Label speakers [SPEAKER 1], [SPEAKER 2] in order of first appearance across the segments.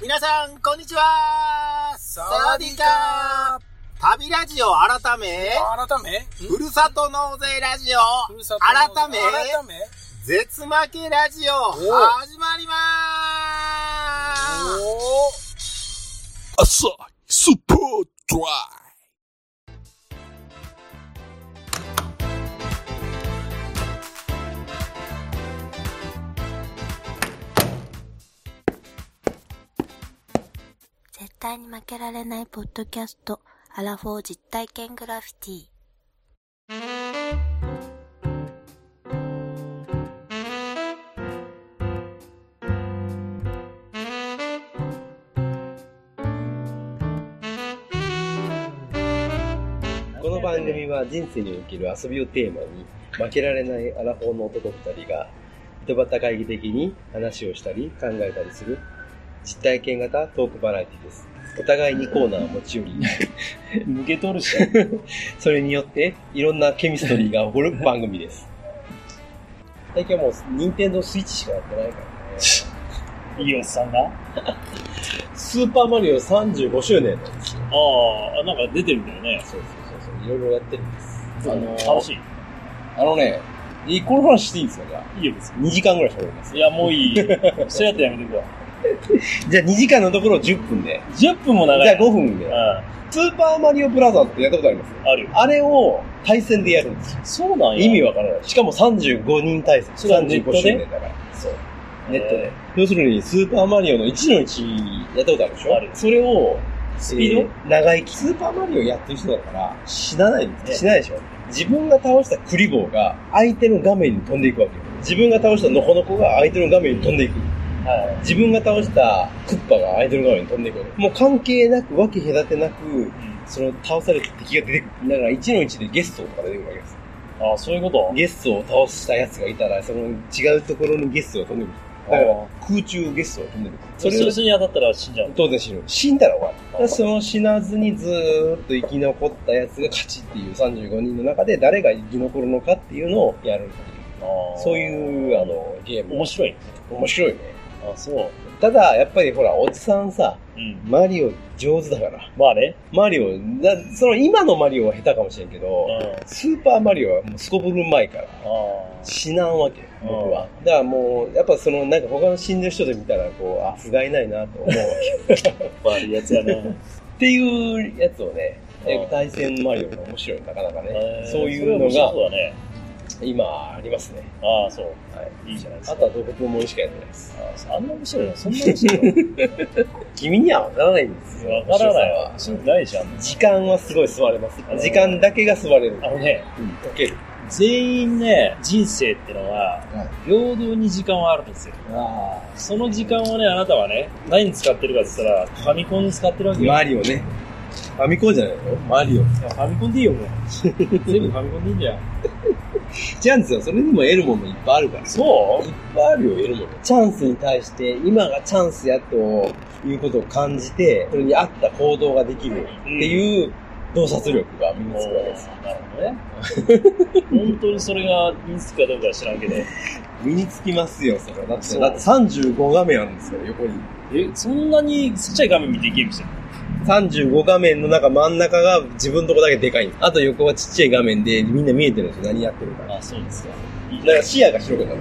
[SPEAKER 1] 皆さん、こんにちは
[SPEAKER 2] サワディーカ
[SPEAKER 1] 旅ラジオ改め、
[SPEAKER 2] 改め
[SPEAKER 1] ふるさと納税ラジオ
[SPEAKER 2] ふるさと、
[SPEAKER 1] 改め、
[SPEAKER 2] 改め
[SPEAKER 1] 絶負けラジオ、始まりまーす
[SPEAKER 2] お
[SPEAKER 3] 朝日スーパードライ
[SPEAKER 4] 絶対に負けられないポッドキャスト、アラフォー実体験グラフィティ。
[SPEAKER 5] この番組は人生における遊びをテーマに負けられないアラフォーの男2人が人端会議的に話をしたり考えたりする実体験型トークバラエティですお互いにコーナーを持ち 寄り
[SPEAKER 6] 抜け取るし。
[SPEAKER 5] それによっていろんなケミストリーが起こ る番組です最近はもう任天堂スイッチしかやってないからね
[SPEAKER 6] いいおっさんが。あ
[SPEAKER 5] スーパーマリオ35周年なんですよ
[SPEAKER 6] あ、なんか出てるんだよね。
[SPEAKER 5] そうそうそうそういろいろやってるんです
[SPEAKER 6] あ
[SPEAKER 5] のー
[SPEAKER 6] 楽しい。
[SPEAKER 5] あのねいこの話していいんですかじゃあ
[SPEAKER 6] いいよ、別に。
[SPEAKER 5] 2時間ぐらい喋ります
[SPEAKER 6] いや、もういい。そうやってやめてくわ。
[SPEAKER 5] じゃあ2時間のところを10分で
[SPEAKER 6] 10分も長い。
[SPEAKER 5] じゃあ5分で
[SPEAKER 6] うん。あ
[SPEAKER 5] スーパーマリオブラザーズってやったことあります
[SPEAKER 6] るよ。
[SPEAKER 5] あれを対戦でやるんですよ。
[SPEAKER 6] そうなんや。
[SPEAKER 5] 意味わからない。しかも35人対戦。
[SPEAKER 6] それはネットで
[SPEAKER 5] 35周年だから。そう。ネットで
[SPEAKER 6] え。
[SPEAKER 5] 要するに、スーパーマリオの1の1やったことあるでしょ
[SPEAKER 6] ある
[SPEAKER 5] それを、
[SPEAKER 6] スピード
[SPEAKER 5] えー長生き。スーパーマリオやってる人だから、死なないんですね。死なないでしょ。自分が倒したクリボーが、相手の画面に飛んでいくわけよ。自分が倒したノコノコが相手の画面に飛んでいく。
[SPEAKER 6] は
[SPEAKER 5] 自分が倒したクッパがアイドル側に飛んでいくわけもう関係なく、わけ隔てなく、その倒された敵が出てくる。だから1の1でゲストとか出てくるわけです。
[SPEAKER 6] い。ああ、そういうこと
[SPEAKER 5] ゲストを倒した奴がいたら、その違うところにゲストが飛んでくる。だから空中ゲストが飛んでくる。
[SPEAKER 6] それ、
[SPEAKER 5] を
[SPEAKER 6] それに当たったら死んじゃう。
[SPEAKER 5] 当然死ぬ。死んだら終わる。だからその死なずにずーっと生き残ったやつが勝ちっていう35人の中で誰が生き残るのかっていうのをやるっていう。
[SPEAKER 6] ああ
[SPEAKER 5] そういう、あ、の、ゲーム。
[SPEAKER 6] 面白い。
[SPEAKER 5] 面白いね。
[SPEAKER 6] あそう。
[SPEAKER 5] ただ、やっぱりほら、おじさんさ、
[SPEAKER 6] うん。
[SPEAKER 5] マリオ上手だから。
[SPEAKER 6] まあね。
[SPEAKER 5] マリオ、だその今のマリオは下手かもしれんけど、
[SPEAKER 6] うん。
[SPEAKER 5] スーパーマリオはもうすこぶる前から
[SPEAKER 6] ああ。
[SPEAKER 5] 死なんわけよ、
[SPEAKER 6] うん
[SPEAKER 5] 僕は。だからもう、やっぱそのなんか他の死んでる人で見たら、こう、あ、不甲斐ないなと思うわけ。
[SPEAKER 6] 悪いやつやな。
[SPEAKER 5] っていうやつをね、
[SPEAKER 6] うん
[SPEAKER 5] 対戦マリオが面白い、なかなかね
[SPEAKER 6] え。ー
[SPEAKER 5] そういうの
[SPEAKER 6] それは面白
[SPEAKER 5] が
[SPEAKER 6] そうだね。
[SPEAKER 5] 今ありますね。
[SPEAKER 6] ああ、そう。
[SPEAKER 5] はい。
[SPEAKER 6] いいじゃないです
[SPEAKER 5] あ
[SPEAKER 6] か。
[SPEAKER 5] とはどこもしかやってないです。
[SPEAKER 6] あそうあんな面白いのそんな面白い
[SPEAKER 5] 君にはわからないんです
[SPEAKER 6] の
[SPEAKER 5] よ。
[SPEAKER 6] わからない
[SPEAKER 5] 面
[SPEAKER 6] わ。信じないじゃん。
[SPEAKER 5] 白さは時間はすごい座れます
[SPEAKER 6] あ。の
[SPEAKER 5] 時間だけが座れる。
[SPEAKER 6] あのね、
[SPEAKER 5] 解ける。
[SPEAKER 6] 全員ね、人生ってのは、平等に時間はあるんですよ。その時間をね、あなたはね、何に使ってるかって言ったら、ファミコンに使ってるわけよ。
[SPEAKER 5] マリオね。ファミコンじゃないのマリオ。
[SPEAKER 6] いやファミコンでいい よ、もう。全部ファミコンでいいんだよ。
[SPEAKER 5] チャンスはそれにも得るものいっぱいあるから。いっ
[SPEAKER 6] そう
[SPEAKER 5] ぱいあるよ、得るもの。チャンスに対して、今がチャンスやということを感じて、それに合った行動ができるっていう洞察力が身につくわけです。
[SPEAKER 6] なるほどね。本当にそれが身につくかどうかは知らんけど。
[SPEAKER 5] 身につきますよ、それは。だって、
[SPEAKER 6] そう
[SPEAKER 5] だって35画面あるんですよ、横に。
[SPEAKER 6] え、そんなにちっちゃい画面見てゲームしてる
[SPEAKER 5] 35画面の中真ん中が自分のとこだけでかいんですあと横はちっちゃい画面でみんな見えてるんですよ、何やってるか。
[SPEAKER 6] のあ、そうですか。いい
[SPEAKER 5] だから視野が広くなる。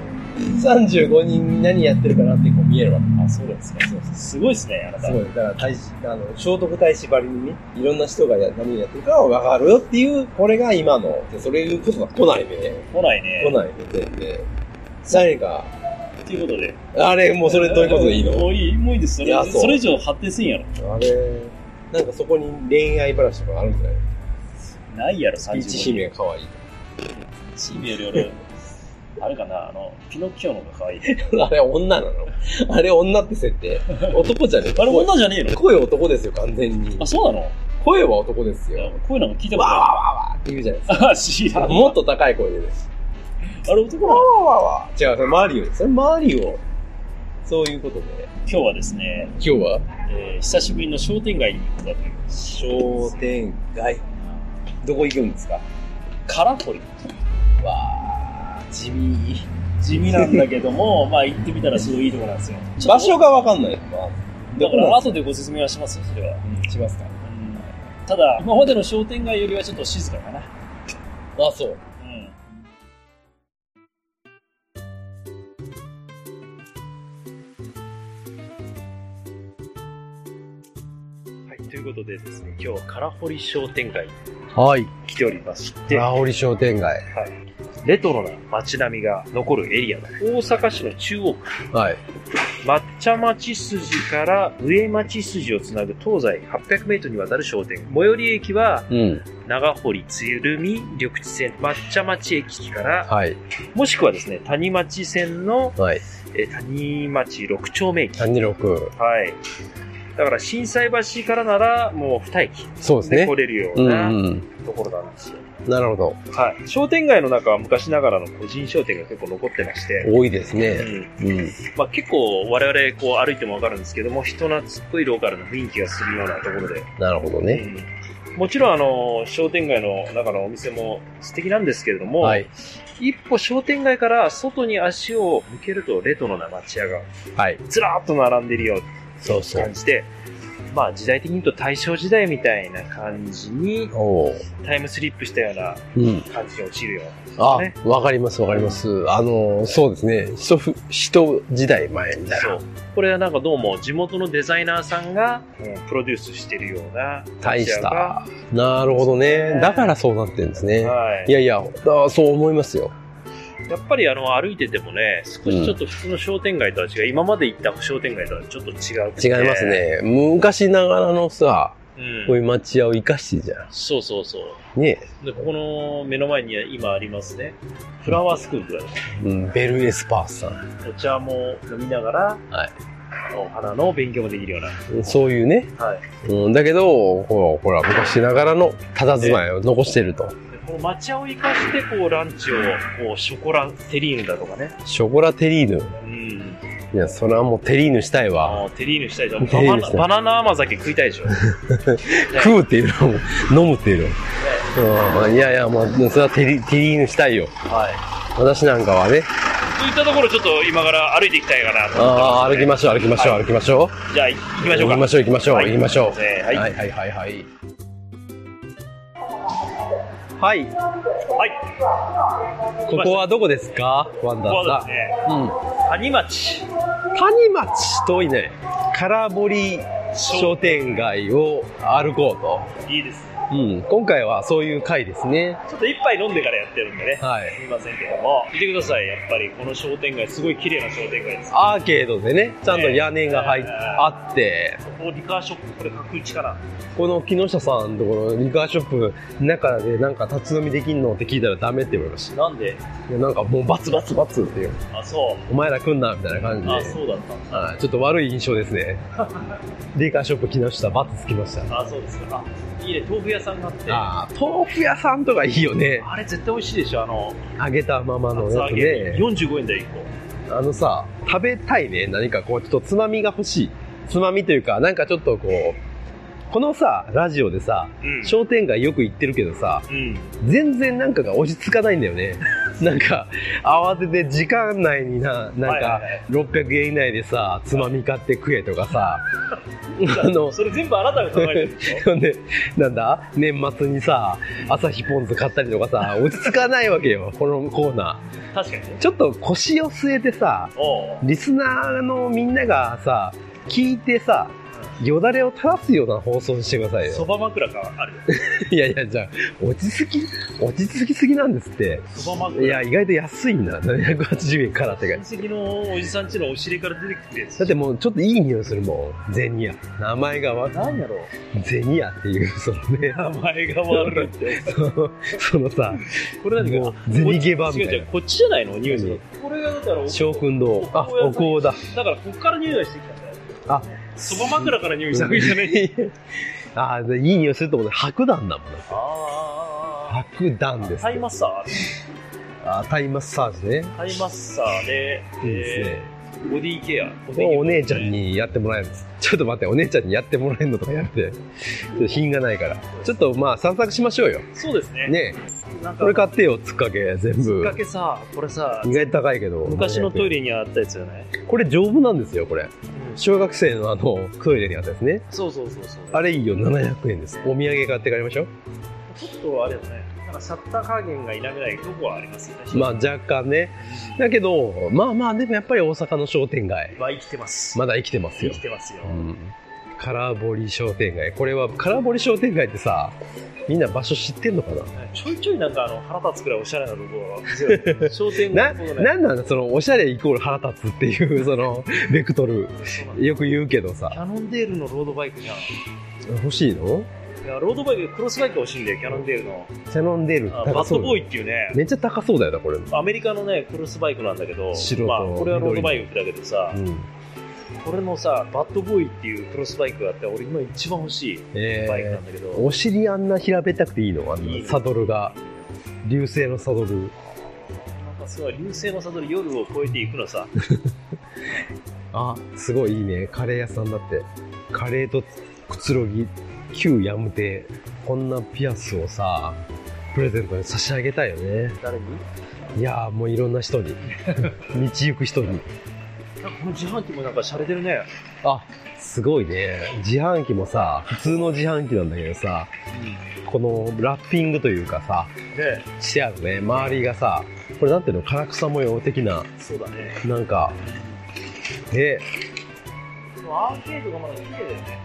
[SPEAKER 5] 35人何やってるかなってこう見えるわけ。
[SPEAKER 6] あ、そうですか。そうですすごいですね、あなた。
[SPEAKER 5] すごい。だから、大使、あの、聖徳太子ばりにね、いろんな人がや何をやってるかはわかるよっていう、これが今の、でそれいうことが来ないね。
[SPEAKER 6] 来ないね。
[SPEAKER 5] 来ないね。で、で誰か、
[SPEAKER 6] ということで。
[SPEAKER 5] あれ、もうそれどういうことでいい
[SPEAKER 6] も
[SPEAKER 5] の
[SPEAKER 6] ういい、もういいです。そ
[SPEAKER 5] いや
[SPEAKER 6] れ
[SPEAKER 5] そう
[SPEAKER 6] それ以上発展せんやろ。
[SPEAKER 5] あれ、なんかそこに恋愛話とかあるんじゃない
[SPEAKER 6] ないやろ、
[SPEAKER 5] ピーチ姫が可愛い。
[SPEAKER 6] チームより俺、あれかな、あの、ピノッキオの方が可愛い。あ
[SPEAKER 5] あれ、女なのあれ、女って設定。男じゃねえ。
[SPEAKER 6] れ、女じゃねえの
[SPEAKER 5] 声声男ですよ、完全に
[SPEAKER 6] あ、。そうなの
[SPEAKER 5] 声は男です
[SPEAKER 6] いや
[SPEAKER 5] よ。
[SPEAKER 6] 声なんか聞いたこ
[SPEAKER 5] わーわー
[SPEAKER 6] と
[SPEAKER 5] わーわーって言うじゃないです
[SPEAKER 6] ない。あ、知ら
[SPEAKER 5] か。
[SPEAKER 6] ん。
[SPEAKER 5] もっと高い声でです。
[SPEAKER 6] あれ、男なの
[SPEAKER 5] わわわ違う、それマリオ。それマリオ。そういうことで、
[SPEAKER 6] 今日はですね、
[SPEAKER 5] 今日は
[SPEAKER 6] えー、久しぶりの商店街に行ったという。
[SPEAKER 5] 商店街。どこ行くんですか
[SPEAKER 6] カラコリ。
[SPEAKER 5] わー、地味。
[SPEAKER 6] 地味なんだけども、まあ行ってみたらすごいいいとこなんですよ。
[SPEAKER 5] 場所がわかんない。ま
[SPEAKER 6] だから、後でご説明はしますよ、それは。
[SPEAKER 7] うん、しますか。
[SPEAKER 6] ただ、今までの商店街よりはちょっと静かかな。
[SPEAKER 7] あ、そう。
[SPEAKER 6] うん。
[SPEAKER 7] はい、ということでですね、今日は空堀商店街に
[SPEAKER 5] はい。
[SPEAKER 7] 来ておりまして、
[SPEAKER 5] ラオリ商店街。
[SPEAKER 7] レトロな街並みが残るエリアだ。大阪市の中央区、
[SPEAKER 5] はい。
[SPEAKER 7] 抹茶町筋から上町筋をつなぐ東西800メートルにわたる商店。最寄り駅は
[SPEAKER 5] うん。
[SPEAKER 7] 長堀鶴見緑地線、抹茶町駅から、
[SPEAKER 5] はい。
[SPEAKER 7] もしくはですね、谷町線の、
[SPEAKER 5] はい。
[SPEAKER 7] えー谷町6丁目駅。は
[SPEAKER 5] 谷六。
[SPEAKER 7] い。だから、震災橋からなら、もう2駅
[SPEAKER 5] そうです
[SPEAKER 7] で
[SPEAKER 5] ね
[SPEAKER 7] 来。れるよ
[SPEAKER 5] う
[SPEAKER 7] うんな
[SPEAKER 5] うん。
[SPEAKER 7] ところなんですよ。
[SPEAKER 5] なるほど。
[SPEAKER 7] はい。商店街の中は昔ながらの個人商店が結構残ってまして、
[SPEAKER 5] 多いです
[SPEAKER 7] う
[SPEAKER 5] ね。う
[SPEAKER 7] ん。
[SPEAKER 5] ん。
[SPEAKER 7] まあ結構我々こう歩いてもわかるんですけども、人懐っこいローカルの雰囲気がするようなところで、
[SPEAKER 5] なるほどね。
[SPEAKER 7] うんもちろんあの、商店街の中のお店も素敵なんですけれども、
[SPEAKER 5] はい。
[SPEAKER 7] 一歩商店街から外に足を向けるとレトロな町屋が
[SPEAKER 5] はい。
[SPEAKER 7] ずらーっと並んでるよ
[SPEAKER 5] そう
[SPEAKER 7] う
[SPEAKER 5] そ
[SPEAKER 7] な
[SPEAKER 5] う
[SPEAKER 7] 感。じで、まあ時代的に言うと大正時代みたいな感じに
[SPEAKER 5] おお。
[SPEAKER 7] タイムスリップしたような
[SPEAKER 5] うん。
[SPEAKER 7] 感じに落ちるような
[SPEAKER 5] あ
[SPEAKER 7] ね、
[SPEAKER 5] わかりますわかります。あの、そうですね。一ふ、一時代前みたい
[SPEAKER 7] そう
[SPEAKER 5] な。。
[SPEAKER 7] これはなんかどうも地元のデザイナーさんがうんプロデュースしてるような
[SPEAKER 5] 大し
[SPEAKER 7] 町
[SPEAKER 5] た。なるほどね。だからそうなってるんですね
[SPEAKER 7] 屋が。はい
[SPEAKER 5] いやいや、あそう思いますよ。
[SPEAKER 7] やっぱりあの歩いててもね、少しちょっと普通の商店街とは違う、今まで行った商店街とはちょっと違うくて。
[SPEAKER 5] 違います。ね。昔ながらのさ、
[SPEAKER 7] うん
[SPEAKER 5] こういう町屋を生かしてじゃ
[SPEAKER 7] そうそうそう。
[SPEAKER 5] ん。ね
[SPEAKER 7] で、ここの目の前には今ありますね、フラワースクールだね。
[SPEAKER 5] うん、ベルエスパースさん。
[SPEAKER 7] お茶も飲みながら、
[SPEAKER 5] はい
[SPEAKER 7] お花の勉強もできるような。
[SPEAKER 5] そういうね。
[SPEAKER 7] はい
[SPEAKER 5] うん、だけど、ほら、ほら、昔ながらの佇まいを残してると。
[SPEAKER 7] でこの抹茶を生かして、こうランチを、こうショコラテリーヌだとかね。
[SPEAKER 5] ショコラテリーヌ。
[SPEAKER 7] うん。
[SPEAKER 5] いや、それはもうテリーヌしたいわ。
[SPEAKER 7] あテリーヌした いじゃん。
[SPEAKER 5] テ
[SPEAKER 7] バ
[SPEAKER 5] リー
[SPEAKER 7] ナ
[SPEAKER 5] ヌし
[SPEAKER 7] ナ
[SPEAKER 5] たい
[SPEAKER 7] バナナ甘酒食いたいでしょ。
[SPEAKER 5] 食うっていうのも、飲むっていうのも。うん、いやいや、まあ、それはテリテリーヌしたいよ。
[SPEAKER 7] はい。
[SPEAKER 5] 私なんかはね。
[SPEAKER 7] といったところ、ちょっと今から歩いていきたいかなと思って
[SPEAKER 5] ああ、
[SPEAKER 7] ます
[SPEAKER 5] 歩きましょう、歩きましょう、歩きましょう。
[SPEAKER 7] じゃあ、行きましょうか。
[SPEAKER 5] 行きましょう、行きましょう、
[SPEAKER 7] はい
[SPEAKER 5] 行きましょう。
[SPEAKER 7] せーはい
[SPEAKER 5] はい、はい、はい、はい。はい、
[SPEAKER 7] はい。
[SPEAKER 5] ここはどこですかワン
[SPEAKER 7] こ
[SPEAKER 5] ダ
[SPEAKER 7] こ
[SPEAKER 5] ー
[SPEAKER 7] は
[SPEAKER 5] さ
[SPEAKER 7] です
[SPEAKER 5] ん。う
[SPEAKER 7] ね、
[SPEAKER 5] ん。
[SPEAKER 7] 谷町
[SPEAKER 5] 谷町遠いね。空堀商店街を歩こう
[SPEAKER 7] いいです。
[SPEAKER 5] と。うん。今回はそういう回ですね。
[SPEAKER 7] ちょっと一杯飲んでからやってるんでね。
[SPEAKER 5] はい
[SPEAKER 7] す。みませんけども。見てください。やっぱりこの商店街、すごい綺麗な商店街です。
[SPEAKER 5] アーケードでね、ちゃんと屋根が入っ
[SPEAKER 7] ね
[SPEAKER 5] あって、
[SPEAKER 7] ここリカーショップ、これ角打ちかな。
[SPEAKER 5] この木下さんのところ、リカーショップの中でなんか立ち飲みできんのって聞いたらダメって言われまし
[SPEAKER 7] なんで
[SPEAKER 5] た。いやなんかもうバツバツバツっていう。
[SPEAKER 7] あ、そ
[SPEAKER 5] お前ら来んな、みたいな感
[SPEAKER 7] う。あ、
[SPEAKER 5] じで。
[SPEAKER 7] そうだった。
[SPEAKER 5] はいちょっと悪い印象です ね。リカーショップ木下、バツつきました。
[SPEAKER 7] あ、そうですか。あ、いいね。豆腐屋さんがあって。
[SPEAKER 5] ああ、豆腐屋さんとかいいよね。
[SPEAKER 7] あれ絶対美味しいでしょ。あの、
[SPEAKER 5] 揚げたままの
[SPEAKER 7] 厚
[SPEAKER 5] や
[SPEAKER 7] 揚
[SPEAKER 5] つ
[SPEAKER 7] げ。
[SPEAKER 5] ね。
[SPEAKER 7] 45円だよ、1個。
[SPEAKER 5] あのさ、食べたいね。何かこう、ちょっとつまみが欲しい。つまみというか、なんかちょっとこう、このさ、ラジオでさ、
[SPEAKER 7] うん
[SPEAKER 5] 商店街よく行ってるけどさ、
[SPEAKER 7] うん。
[SPEAKER 5] 全然なんかが落ち着かないんだよ ね。なんか、慌てて時間内にな、なん
[SPEAKER 7] はいは
[SPEAKER 5] か
[SPEAKER 7] いはい、
[SPEAKER 5] 600円以内でさ、つまみ買って食えとか さ、あの、
[SPEAKER 7] それ全部あなたが考えてるんでしょ
[SPEAKER 5] ほんで、なんだ年末にさ、朝日ポン酢買ったりとかさ、落ち着かないわけよ、 このコーナ
[SPEAKER 7] 確かにね
[SPEAKER 5] ー。。ちょっと腰を据えてさ、
[SPEAKER 7] おう
[SPEAKER 5] リスナーのみんながさ聞いてさよだれを垂らすような放送にしてください
[SPEAKER 7] そ
[SPEAKER 5] よ。
[SPEAKER 7] ば枕があるよ。
[SPEAKER 5] いやいや、じゃあ、落ち着き、落ち着きすぎなんですって。
[SPEAKER 7] そば
[SPEAKER 5] い
[SPEAKER 7] 枕。
[SPEAKER 5] や、意外と安いんだ。780円からって
[SPEAKER 7] 親
[SPEAKER 5] か。
[SPEAKER 7] 戚のおじさんちのお尻から出てきて、
[SPEAKER 5] だってもうちょっといい匂いするもん。ゼニア。名前がわ、
[SPEAKER 7] 何やろ
[SPEAKER 5] ゼニアっていう、そのね、
[SPEAKER 7] 名前が悪いって。
[SPEAKER 5] そのそのさ、
[SPEAKER 7] これ何
[SPEAKER 5] も
[SPEAKER 7] か
[SPEAKER 5] う、ゼニゲバみ
[SPEAKER 7] 違う
[SPEAKER 5] た
[SPEAKER 7] 違、
[SPEAKER 5] いう
[SPEAKER 7] こっちじゃないの匂いする
[SPEAKER 5] う
[SPEAKER 7] の。これがだから、
[SPEAKER 5] な。翔君堂。あ、お香だ。
[SPEAKER 7] だからこっから匂いがしてきたんだよ。
[SPEAKER 5] あ、
[SPEAKER 7] そば枕から匂いしたわけじゃない。
[SPEAKER 5] あ、でいい匂いすると思って、白檀だもん。
[SPEAKER 7] あ
[SPEAKER 5] 白檀です
[SPEAKER 7] タイ
[SPEAKER 5] ね。
[SPEAKER 7] マッサー。
[SPEAKER 5] あ、タイマッサージね。
[SPEAKER 7] タイマッサーで、
[SPEAKER 5] いいですね。
[SPEAKER 7] え
[SPEAKER 6] ボディケア。ボディケア
[SPEAKER 5] お姉ちゃんにやってもらえるんですちょっと待ってお姉ちゃんにやってもらえるのとかやってちょっと品がないからちょっとまあ散策しましょうよ
[SPEAKER 6] そうですね。
[SPEAKER 5] ね
[SPEAKER 6] なんか、
[SPEAKER 5] これ買ってよつっかけ全
[SPEAKER 6] きっ
[SPEAKER 5] 部
[SPEAKER 6] かけさ、これさ、
[SPEAKER 5] 意外と高いけど
[SPEAKER 6] 昔のトイレにあったやつじゃない
[SPEAKER 5] これ丈夫なんですよこれ小学生のあのトイレにあったですね
[SPEAKER 6] そうそうそうそう。
[SPEAKER 5] あれいいよ700円ですお土産買って帰りましょ
[SPEAKER 6] ちょっとあれよね、なんかシャッター加減が否めないとこはありますよね。
[SPEAKER 5] うまあ若干ねだけどまあまあでもやっぱり大阪の商店街
[SPEAKER 6] まあ、生きてます。
[SPEAKER 5] まだ生きてます
[SPEAKER 6] 生
[SPEAKER 5] よ
[SPEAKER 6] きてますよ。
[SPEAKER 5] うん空堀商店街これは空堀商店街ってさみんな場所知ってんのかな
[SPEAKER 6] ちょいちょいなんかあの腹立つくらいおしゃれなところが 商店街
[SPEAKER 5] な、
[SPEAKER 6] のことね。
[SPEAKER 5] なんなんだその、おしゃれイコール腹立つっていう、その、ベクトル。
[SPEAKER 6] そうなんだ
[SPEAKER 5] よく言うけど
[SPEAKER 6] キ
[SPEAKER 5] さ。
[SPEAKER 6] ャノンデールのロードバイクじゃん。い
[SPEAKER 5] 欲しいの
[SPEAKER 6] や、ロードバイク、クロスバイクが欲しいんだよ、キャノンデール の。
[SPEAKER 5] キャノンデール
[SPEAKER 6] あ
[SPEAKER 5] 高
[SPEAKER 6] バッ
[SPEAKER 5] そ
[SPEAKER 6] ド
[SPEAKER 5] うだ
[SPEAKER 6] ボーイっていうね、
[SPEAKER 5] めっちゃ高そうだよな、これ。
[SPEAKER 6] アメリカのね、クロスバイクなんだけど、
[SPEAKER 5] 白と
[SPEAKER 6] まあ、これはロードバイクだけどさ
[SPEAKER 5] う、ん。
[SPEAKER 6] これのさ、バッドボーイっていうクロスバイクがあって、俺今一番欲しい
[SPEAKER 5] え
[SPEAKER 6] バイクな
[SPEAKER 5] ー
[SPEAKER 6] んだけど、
[SPEAKER 5] お尻あんな平べったくていいのあ
[SPEAKER 6] いい
[SPEAKER 5] の、
[SPEAKER 6] ね
[SPEAKER 5] サドルが。流星のサドル。
[SPEAKER 6] なんかすごい流星の里で夜を越えていくのさ、
[SPEAKER 5] あ、すごいいいね。カレー屋さんだって。カレーとくつろぎ、旧ヤムテ。こんなピアスをさ、プレゼントに差し上げたいよね。
[SPEAKER 6] 誰に
[SPEAKER 5] いやーもういろんな人 に。道行く人に。
[SPEAKER 6] なんかこの自販機もなんか洒落てるね。
[SPEAKER 5] あすごいね自販機もさ普通の自販機なんだけどさこのラッピングというかさ
[SPEAKER 6] で、
[SPEAKER 5] してあるね周りがさこれなんていうの唐草模様的な
[SPEAKER 6] そうだね。
[SPEAKER 5] なんかね
[SPEAKER 6] でもアーケードがまだ綺麗だよね。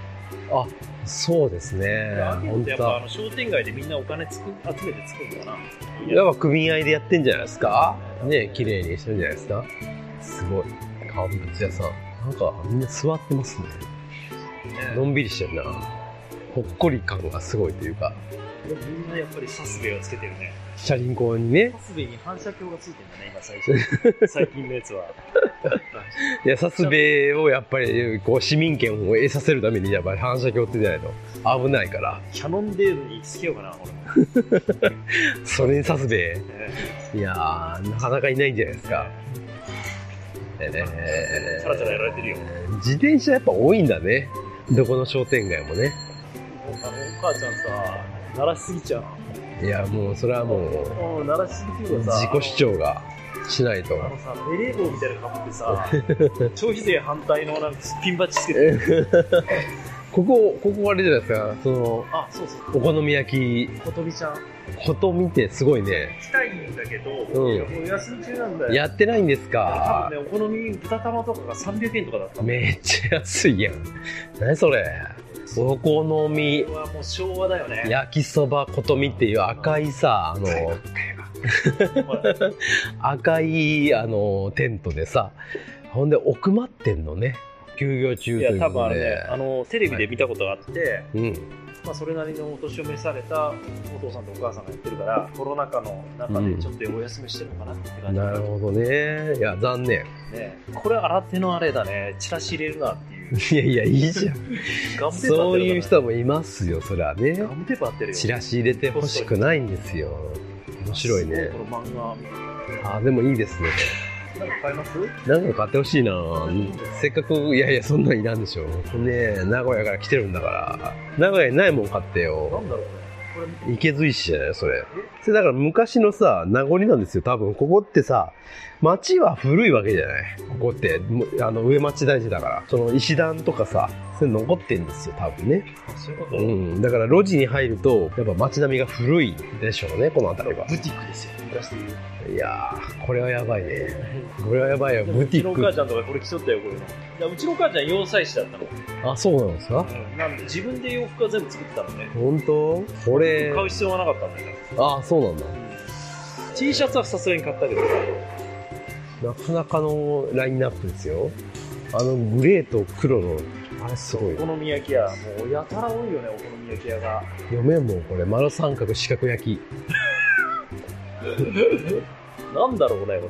[SPEAKER 5] あそうですね
[SPEAKER 6] アーケードっ
[SPEAKER 5] 本
[SPEAKER 6] てや
[SPEAKER 5] 当
[SPEAKER 6] っぱあ
[SPEAKER 5] だ
[SPEAKER 6] の商店街でみんなお金つく集めて作るのかな。
[SPEAKER 5] やっぱ組合でやってんじゃないですかね綺麗にしてるんじゃないですかすごい乾物屋さんなんかみんな座ってますねのんびりしてるなほっこり感がすごいというか
[SPEAKER 6] でもみんなやっぱりサスベイをつけてるね。
[SPEAKER 5] 車輪口にね
[SPEAKER 6] サスベイに反射鏡がついてんだね、今最 初。最近のやつは。
[SPEAKER 5] いや、サスベをやっぱりこう市民権を得させるためにやっぱり反射鏡ってじゃないと危ないから
[SPEAKER 6] キャノンデールに行きつけようかな、俺も。
[SPEAKER 5] それにサスベ
[SPEAKER 6] ね
[SPEAKER 5] いやーなかなかいないんじゃないですか、え
[SPEAKER 6] チャラチャラやられてるよ。
[SPEAKER 5] ー、自転車やっぱ多いんだねどこの商店街もね
[SPEAKER 6] あの、お母ちゃんさ、鳴らしすぎちゃう。
[SPEAKER 5] いやもうそれはもう
[SPEAKER 6] うん、鳴らしすぎてるからさ。
[SPEAKER 5] 自己主張がしないと
[SPEAKER 6] あのさ、ベレー帽みたいなのかぶってさ、 消費税反対のなんかすっぴんバッチつけてる。
[SPEAKER 5] ここここあれじゃないですかその
[SPEAKER 6] あ、そうそう、
[SPEAKER 5] お好み焼き
[SPEAKER 6] ことびちゃん。
[SPEAKER 5] こと見てすごいね
[SPEAKER 6] 来たいんだけど、
[SPEAKER 5] うん
[SPEAKER 6] いやもう休み中なんだよ。
[SPEAKER 5] やってないんです
[SPEAKER 6] 多
[SPEAKER 5] か
[SPEAKER 6] 分ね、お好み豚玉とかが300円とかだったの。
[SPEAKER 5] めっちゃ安いやん何それお好み
[SPEAKER 6] これはもう昭和だよね。
[SPEAKER 5] 焼きそばことみっていう赤いさあの
[SPEAKER 6] お前
[SPEAKER 5] 赤いあのテントでさほんで奥まってんのね休業中
[SPEAKER 6] い
[SPEAKER 5] とい
[SPEAKER 6] や、
[SPEAKER 5] う
[SPEAKER 6] 多分
[SPEAKER 5] こと
[SPEAKER 6] あのね
[SPEAKER 5] で、
[SPEAKER 6] あの、テレビで見たことがあって、
[SPEAKER 5] うん
[SPEAKER 6] まあ、それなりのお年を召されたお父さんとお母さんがやってるから、コロナ禍の中でちょっとお休みしてるのかなって感じ
[SPEAKER 5] なるほどねいや残念
[SPEAKER 6] ね。これ新手のあれだね、チラシ入れるなっていう。
[SPEAKER 5] いやいやいいじゃん
[SPEAKER 6] ガムテープ貼ってるからね
[SPEAKER 5] そういう人もいますよそりゃね
[SPEAKER 6] ガムテープ貼ってるよ。
[SPEAKER 5] チラシ入れてほしくないんですよ面白いね
[SPEAKER 6] すごこの漫画
[SPEAKER 5] あでもいいですね
[SPEAKER 6] 買います
[SPEAKER 5] なんか買ってほしいなせっかくいやいやそんなんいらんでしょねえ名古屋から来てるんだから名古屋にないもん買ってよ
[SPEAKER 6] なんだろうね。これ、
[SPEAKER 5] 池髄市じゃないそれ。それだから昔のさ、名残なんですよ、多分。ここってさ、町は古いわけじゃないここって、もうあの、上町大地だから。その石段とかさ、それ残ってんですよ、多分ね。
[SPEAKER 6] そういうこと、
[SPEAKER 5] うん。だから路地に入ると、やっぱ町並みが古いでしょうね、この辺りは。
[SPEAKER 6] ブティックですよ、昔で言う。
[SPEAKER 5] いやー、これはやばいね。これはやばいよ、ブティ
[SPEAKER 6] うちのお母
[SPEAKER 5] ッ
[SPEAKER 6] ちゃんとかこれ着とったよ、これの。いや、うちのお母ちゃん洋裁師だったの。
[SPEAKER 5] ク。あ、そうなんですか
[SPEAKER 6] なんで、自分で洋服は全部作ってたのね。
[SPEAKER 5] 本当これ、
[SPEAKER 6] 買う必要はなかったんだよね。
[SPEAKER 5] あ、そうなんだ。
[SPEAKER 6] T シャツはさすがに買ったけど、
[SPEAKER 5] なかなかのラインナップですよ。あの、グレーと黒の、あれすごいよ
[SPEAKER 6] お。好み焼き屋、もうやたら多いよね、お好み焼き屋が。
[SPEAKER 5] 読めんもんこれ丸三角四角焼
[SPEAKER 6] なんだろうね、これね。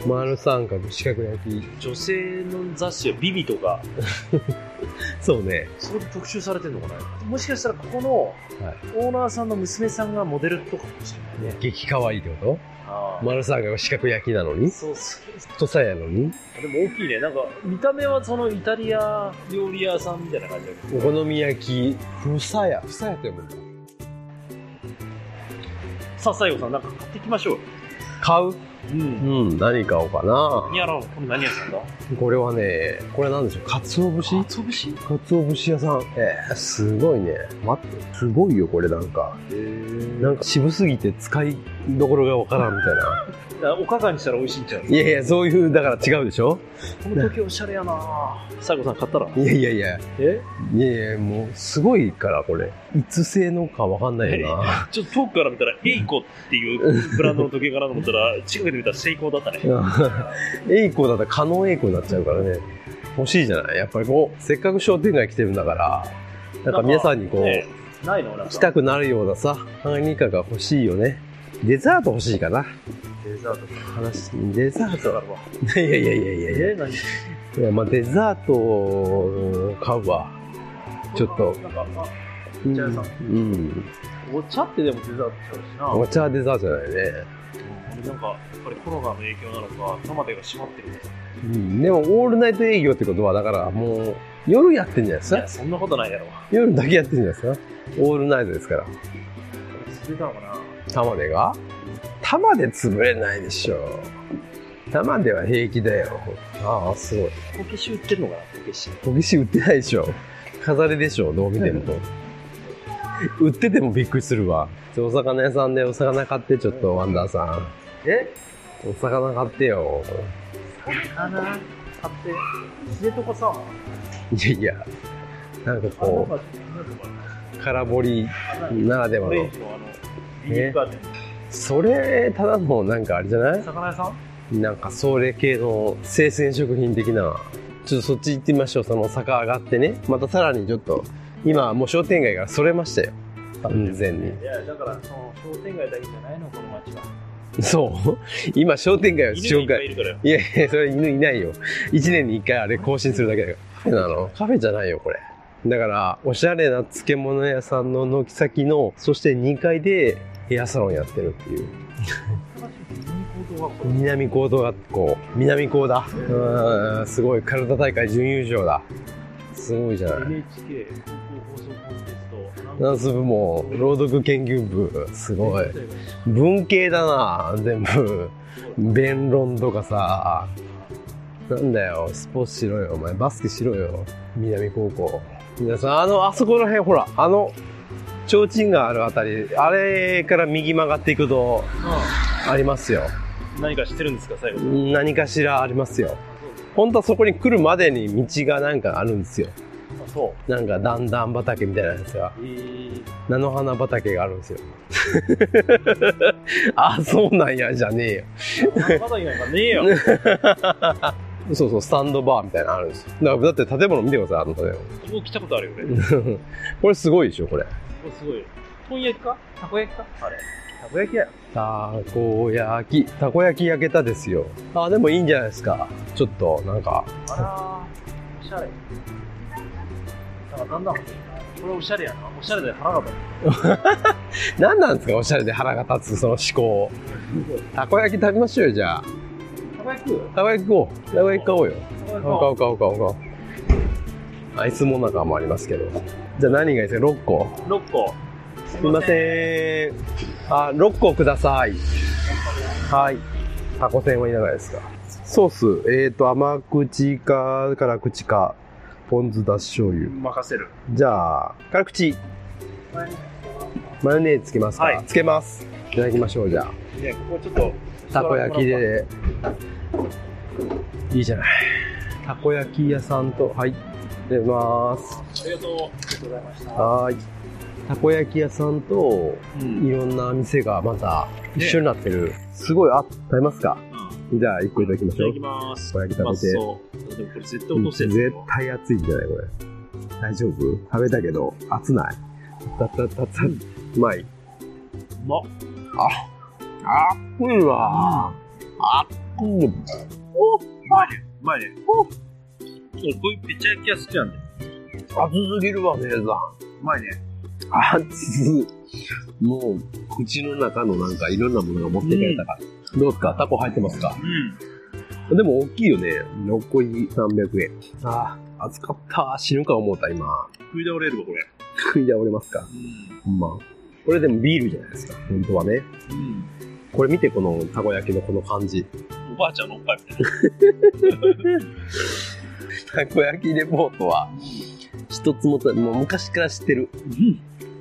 [SPEAKER 5] き丸三角四角焼き
[SPEAKER 6] 女性の雑誌はビビとか、
[SPEAKER 5] そうね
[SPEAKER 6] そこで特集されてるのかなもしかしたらここのオーナーさんの娘さんがモデルとかもしれないね。
[SPEAKER 5] 激かわいいってこ
[SPEAKER 6] あ
[SPEAKER 5] 丸三角四角焼きなのに
[SPEAKER 6] そうっす。
[SPEAKER 5] 太さやのに
[SPEAKER 6] でも大きいね。なんか、見た目はそのイタリア料理屋さんみたいな感じだけど。
[SPEAKER 5] お好み焼きふさやふさやって呼ぶんだ
[SPEAKER 6] さあ、最後さん、なんか買ってきましょう。
[SPEAKER 5] 買う
[SPEAKER 6] うん。
[SPEAKER 5] うん何買おうかな
[SPEAKER 6] やろう。これ何屋さんだ
[SPEAKER 5] これはねこれなんでしょうかつお節
[SPEAKER 6] つお節
[SPEAKER 5] かつお節屋さんええすごいね待ってすごいよこれなんかなんか渋すぎて使いどころがわからんみたいな
[SPEAKER 6] おかかにしたら美味しいんちゃう
[SPEAKER 5] いやいやそういうだから違うでしょ
[SPEAKER 6] この時計おしゃれやな最後さん買ったら
[SPEAKER 5] いやいやいや
[SPEAKER 6] え
[SPEAKER 5] いやいやもうすごいからこれいつ製のかわかんない よな
[SPEAKER 6] ちょっと遠くから見たら、エイコっていうブランドの時計かなと思ったら、近くで見たらセイコーだったね。
[SPEAKER 5] エイコだったら可能エイコになっちゃうからね欲しいじゃないやっぱりこうせっかく商店街来てるんだからなんか皆さんにこう、
[SPEAKER 6] ねないのなん
[SPEAKER 5] 来
[SPEAKER 6] か。
[SPEAKER 5] たくなるようなさ何かが欲しいよねデザート欲しいかな
[SPEAKER 6] デザートか。
[SPEAKER 5] 話デザー
[SPEAKER 6] デザートは。
[SPEAKER 5] トいやいやいやいやいや
[SPEAKER 6] え、何
[SPEAKER 5] いやまあデザートを買うわちょっと
[SPEAKER 6] なんか、まあ
[SPEAKER 5] う
[SPEAKER 6] 茶屋さん
[SPEAKER 5] ん、
[SPEAKER 6] お茶ってでもデザートちゃうしな。
[SPEAKER 5] お茶はデザートじゃないね、
[SPEAKER 6] 俺なんか、やっぱりコロナの影響なのか、玉手が閉まってるね。
[SPEAKER 5] うん、でもオールナイト営業ってことはだからもう夜やってんじゃないです
[SPEAKER 6] い
[SPEAKER 5] か
[SPEAKER 6] や、そんなことないやろ。
[SPEAKER 5] 夜だけやってんじゃないですかオールナイトですから
[SPEAKER 6] それなのかな。
[SPEAKER 5] 玉出が玉出潰れないでしょ玉出は平気だよああすごい
[SPEAKER 6] こけし売ってるのかな、こけし。
[SPEAKER 5] こけし売ってないでしょ飾りでしょどう見ても売っててもびっくりするわちょお魚屋さんでお魚買ってちょっとワンダーさ
[SPEAKER 6] え
[SPEAKER 5] んお魚買ってよ
[SPEAKER 6] かな買って、知床さ、
[SPEAKER 5] いやいやな
[SPEAKER 6] あ、なん
[SPEAKER 5] んかこ
[SPEAKER 6] か、なんとか
[SPEAKER 5] う空掘りならで
[SPEAKER 6] オ
[SPEAKER 5] は
[SPEAKER 6] レン
[SPEAKER 5] の
[SPEAKER 6] ジのあの、ビーフガーデン。
[SPEAKER 5] それただのなんかあれじゃない
[SPEAKER 6] 魚屋さん
[SPEAKER 5] なんかそれ系の生鮮食品的なちょっとそっち行ってみましょうその坂上がってねまたさらにちょっと今もう商店街からそれましたよ完全に
[SPEAKER 6] いや、だから、その商店街だけじゃないの、この街は。
[SPEAKER 5] そう今商店街を
[SPEAKER 6] 犬
[SPEAKER 5] 紹
[SPEAKER 6] がいっぱいい
[SPEAKER 5] 介
[SPEAKER 6] るからよ。
[SPEAKER 5] いやいやそれ犬いないよ1年に1回あれ更新するだけだよカフェなのカフェじゃないよこれだからおしゃれな漬物屋さんの軒先のそして2階でヘアサロンやってるって いう南高等学校南高だうんすごい体大会準優勝だすごいじゃない
[SPEAKER 6] NHK 高校放送コンテスト、
[SPEAKER 5] ダンス部門朗読研究部すごい文系だな全部弁論とかさなんだよスポーツしろよお前バスケしろよ南高校皆さんあのあそこら辺ほらあの提灯があるあたりあれから右曲がっていくとありますよ
[SPEAKER 6] 何か知ってるんですか、最後。
[SPEAKER 5] 何かしらありますよ本当はそこに来るまでに道がなんかあるんですよ
[SPEAKER 6] あ、そ
[SPEAKER 5] なんか段々畑みたいなやつが
[SPEAKER 6] う。えー、
[SPEAKER 5] 菜の花畑があるんですよあそうなんやじゃねえよ
[SPEAKER 6] まだいなんかねえよ。こ
[SPEAKER 5] そうそう、スタンドバーみたいなのあるんですよ。だからだって建物見てください、あの建
[SPEAKER 6] こ来たことあるよ、俺。こ
[SPEAKER 5] 物。 これすごいでしょ、これ。
[SPEAKER 6] れすごいよ。本焼きかたこ焼きかあれ。
[SPEAKER 5] たこ焼きや。たこ焼き。たこ焼き焼けたですよ。あ、でもいいんじゃないですか。ちょっと、なんか、
[SPEAKER 6] あらー、おしゃれ。なんかだんだん、これおしゃれやな。おしゃれで腹が立
[SPEAKER 5] 何なんですか、おしゃれで腹が立つ、その思考。たこ焼き食べましょうよ、じゃあ。
[SPEAKER 6] つ。たこ焼き食う
[SPEAKER 5] たこ焼き行こう。たこ焼き買おうよ。
[SPEAKER 6] た
[SPEAKER 5] 買
[SPEAKER 6] こ
[SPEAKER 5] おう、買おう、買おう、買おう。アイスもなかもありますけど。じゃあ何がいいですか、6個。
[SPEAKER 6] 焼き6個。
[SPEAKER 5] すみません。あ、6個ください。はい。タコせんはいらないですか。ソース、えっ、と、甘口か、辛口か、ポン酢だし醤油。
[SPEAKER 6] 任せる。
[SPEAKER 5] じゃあ、辛口。マヨネーズつけますか、
[SPEAKER 6] はい
[SPEAKER 5] つけます。いただきましょう、じゃあ。
[SPEAKER 6] いや、ここちょっと、
[SPEAKER 5] たこ焼きで。いいじゃない。たこ焼き屋さんと、はい。出ます。
[SPEAKER 6] ありがとう。ありがとうございました。
[SPEAKER 5] はーい。たこ焼き屋さんと、
[SPEAKER 6] うん。
[SPEAKER 5] いろんな店がまた一緒になってる。すごい、あ、食べますかじゃあ、一個いただきま
[SPEAKER 6] い
[SPEAKER 5] したょ
[SPEAKER 6] だ
[SPEAKER 5] う
[SPEAKER 6] き。ます。
[SPEAKER 5] これ食べて
[SPEAKER 6] うまそう。でもこれ絶対
[SPEAKER 5] う
[SPEAKER 6] 落
[SPEAKER 5] ん
[SPEAKER 6] として
[SPEAKER 5] 絶対熱いんじゃないこれ。大丈夫食べたけど、熱ない。たたたた、うまい。
[SPEAKER 6] うまっ。
[SPEAKER 5] あっこいわ。あっこい。
[SPEAKER 6] うまいね。うまいね。俺こういうペチャ焼きは好きなんだよ。
[SPEAKER 5] 熱すぎるわ、姉さん。
[SPEAKER 6] うまいね。
[SPEAKER 5] 熱。もう、口の中のなんかいろんなものが持ってかれたから。どうですかタコ入ってますか
[SPEAKER 6] うん。
[SPEAKER 5] でも大きいよね。残り300円。ああ、暑かった。死ぬか思うた、今。
[SPEAKER 6] 食い倒れるわ、これ。
[SPEAKER 5] 食い倒れますか
[SPEAKER 6] うん。
[SPEAKER 5] ほんま。これでもビールじゃないですか。本当はね。
[SPEAKER 6] うん。
[SPEAKER 5] これ見て、このたこ焼きのこの感じ。
[SPEAKER 6] おばあちゃんのおっぱいみたいな。
[SPEAKER 5] たこ焼きレポートは、一つもた、もう昔から知ってる。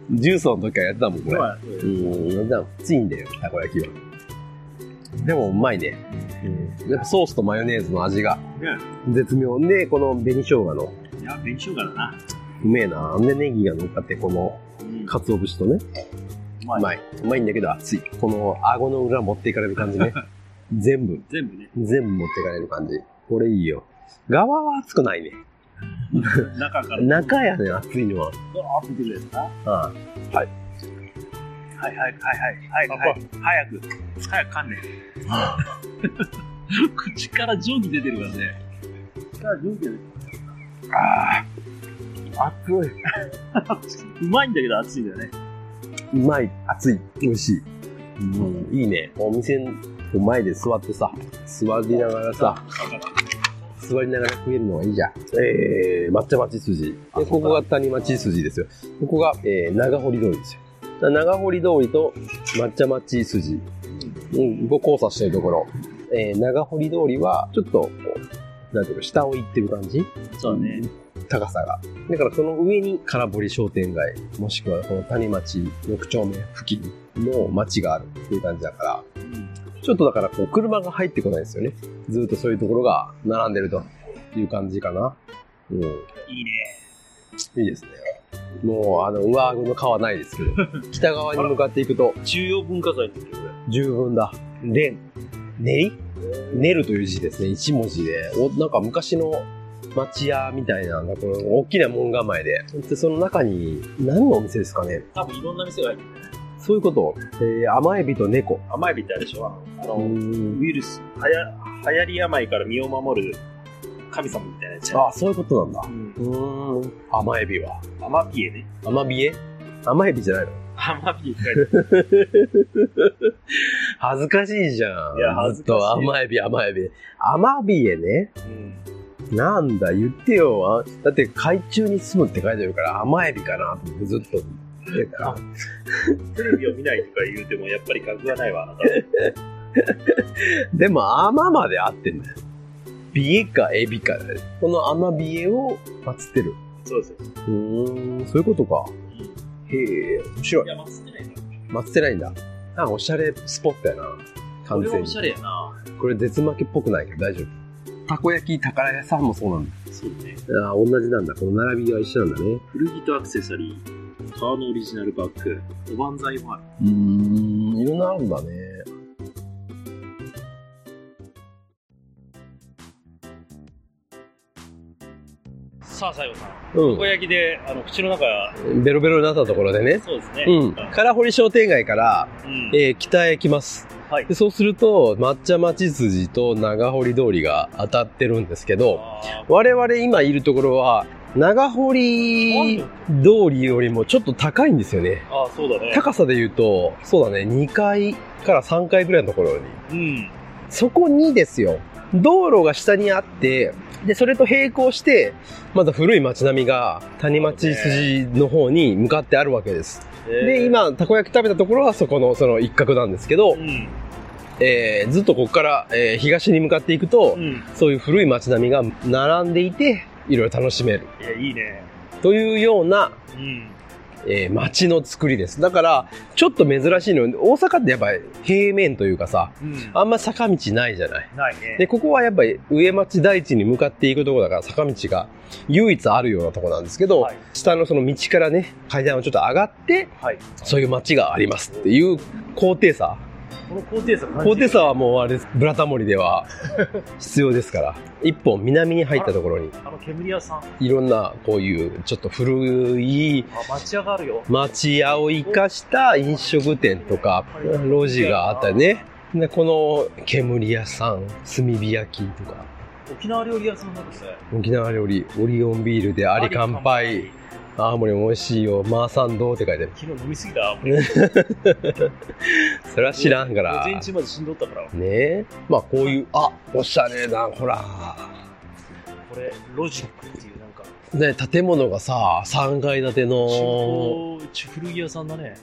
[SPEAKER 6] うん。
[SPEAKER 5] ジュースの時からやってたもん、これ。
[SPEAKER 6] は
[SPEAKER 5] うん、じゃあ、きついんだよ、たこ焼きは。でも、うまいね。うん。やっぱソースとマヨネーズの味が
[SPEAKER 6] ね、
[SPEAKER 5] 絶妙。で、この紅生姜の、
[SPEAKER 6] い。いや、勉強からな。
[SPEAKER 5] うめえな。で、ネギが乗っかって、この、
[SPEAKER 6] うん。
[SPEAKER 5] 鰹節とね。
[SPEAKER 6] う
[SPEAKER 5] う
[SPEAKER 6] まい。
[SPEAKER 5] まい。うまいんだけど、熱い。この、顎の裏持っていかれる 感じね。全部、
[SPEAKER 6] 全部ね。
[SPEAKER 5] 全部持っていかれる感じ。これいいよ。側は熱くないね。
[SPEAKER 6] 中から。
[SPEAKER 5] 中やね、熱いのは。
[SPEAKER 6] ドーッと出てくるやつな。
[SPEAKER 5] あ
[SPEAKER 6] はいはいはいはいはい、はい、早く早く噛んで 口から蒸気出てるからね口から蒸気出てるああ熱い うまいんだけど熱いんだよね
[SPEAKER 5] うまい、熱い、美味しい。うん、いいね。お店の前で座ってさ、座りながらさ、座りながら食えるのがいいじゃん。えー、抹茶町筋。でここが谷町筋ですよ。ここが、えー、長堀通りですよ。だ長堀通りと抹茶町筋。うん、ご交差してるところ。えー、長堀通りは、ちょっと、こうなんていうか、下を行ってる感じ
[SPEAKER 6] そうね
[SPEAKER 5] 高さが。だからその上に空堀商店街、もしくはこの谷町6丁目付近の町があるっていう感じだから、ちょっとだからこう車が入ってこないですよね。ずっとそういうところが並んでるという感じかな。うん。
[SPEAKER 6] いいね
[SPEAKER 5] いいですね。もうあの上顎の川ないですけど、北側に向かっていくと
[SPEAKER 6] 中央文化財って言ってる
[SPEAKER 5] 十分だ。れん。練り練るという字ですね。一文字で。おなんか昔の町屋みたいな、この大きな門構えで。で、その中に、何のお店ですかね
[SPEAKER 6] 多分いろんな店が入ってる
[SPEAKER 5] そういうこと。えー甘エビと猫。
[SPEAKER 6] 甘エビってあれでしょあ
[SPEAKER 5] う
[SPEAKER 6] の
[SPEAKER 5] ん
[SPEAKER 6] ウイルスはや流行り病から身を守る神様みたいなやつや
[SPEAKER 5] あ、そういうことなんだ
[SPEAKER 6] う。ん
[SPEAKER 5] うーん。甘エビは。
[SPEAKER 6] 甘ピエね
[SPEAKER 5] 甘ビエ甘エビじゃないの
[SPEAKER 6] 甘ピエって書いてある
[SPEAKER 5] 恥ずかしいじゃん。
[SPEAKER 6] いや恥
[SPEAKER 5] ず
[SPEAKER 6] ず
[SPEAKER 5] っ
[SPEAKER 6] かしい
[SPEAKER 5] と甘エビ、甘エビ。甘ビエね。なんだ、言ってよ。あだって、海中に住むって書いてあるから、甘エビかなと思ってずっと言ってた。
[SPEAKER 6] テレビを見ないとか言うてもやっぱり格がないわあなたは
[SPEAKER 5] でも、甘まで合ってんだよ。ビエかエビかだよ。この甘ビエを祀ってる。
[SPEAKER 6] そうですよ
[SPEAKER 5] うーん、そういうことか。へえ、面白い。
[SPEAKER 6] や、祭ってないな。
[SPEAKER 5] 祀ってないんだ。なんかおしゃれスポットやな。完全に。
[SPEAKER 6] れやな。
[SPEAKER 5] これ、絶負けっぽくないけど大丈夫。たこ焼き、宝屋さんもそうなんだ。
[SPEAKER 6] そうね。
[SPEAKER 5] ああ、同じなんだ。この並びが一緒なんだね。
[SPEAKER 6] 古着とアクセサリー、革のオリジナルバッグ、おばんざいもある。
[SPEAKER 5] うーん、いろんなあるんだね。
[SPEAKER 6] さあ、最後さん。
[SPEAKER 5] う
[SPEAKER 6] たこ焼きで、あの、口の中、
[SPEAKER 5] ん。ベロベロになったところでね。
[SPEAKER 6] そうですね。
[SPEAKER 5] うん。空堀商店街から、
[SPEAKER 6] うん。
[SPEAKER 5] えー北へ来ます。
[SPEAKER 6] はい
[SPEAKER 5] で。そうすると、抹茶町筋と長堀通りが当たってるんですけど、
[SPEAKER 6] あ
[SPEAKER 5] 我々今いるところは、長堀通りよりもちょっと高いんですよね。
[SPEAKER 6] ーあー、そうだね。
[SPEAKER 5] 高さで言うと、そうだね、2階から3階ぐらいのところに。
[SPEAKER 6] うん。
[SPEAKER 5] そこにですよ、道路が下にあって、で、それと並行して、まだ古い町並みが谷町筋の方に向かってあるわけです。で、、今、たこ焼き食べたところはそこの、その一角なんですけど
[SPEAKER 6] う、ん。
[SPEAKER 5] えーずっとここから、えー東に向かっていくと、
[SPEAKER 6] うん。
[SPEAKER 5] そういう古い街並みが並んでいて、いろいろ楽しめる。
[SPEAKER 6] いや、いいね。
[SPEAKER 5] というような、
[SPEAKER 6] うん。
[SPEAKER 5] えー街の作りです。だから、ちょっと珍しいの大阪ってやっぱり平面というかさ、
[SPEAKER 6] うん。
[SPEAKER 5] あんま坂道ないじゃない。
[SPEAKER 6] ないね。
[SPEAKER 5] で、ここはやっぱり上町台地に向かっていくとこだから坂道が唯一あるようなとこなんですけど、
[SPEAKER 6] はい
[SPEAKER 5] 下のその道からね、階段をちょっと上がって、
[SPEAKER 6] はい。
[SPEAKER 5] そういう街がありますっていう高低差。
[SPEAKER 6] この高低差、
[SPEAKER 5] 高低差はもうあれですブラタモリでは必要ですから一本南に入ったところに
[SPEAKER 6] あの、煙屋さん、
[SPEAKER 5] いろんなこういうちょっと古い
[SPEAKER 6] あ、町屋があるよ。
[SPEAKER 5] 町屋を生かした飲食店とか路地があったりねでこの煙屋さん炭火焼きとか
[SPEAKER 6] 沖縄料理屋さんなんですね。
[SPEAKER 5] 沖縄料理オリオンビールであり乾杯青森も美味しいよ。マーサンドって書いてある。
[SPEAKER 6] 昨日飲みすぎた。俺
[SPEAKER 5] それは知らんから。
[SPEAKER 6] 午前中までしんどったから。
[SPEAKER 5] ねえ。まあこういう、あ、おしゃれな、ほら。
[SPEAKER 6] これ、ロジックっていうなんか、
[SPEAKER 5] ね、建物がさ、3階建ての、
[SPEAKER 6] 中古、古着屋さんだね。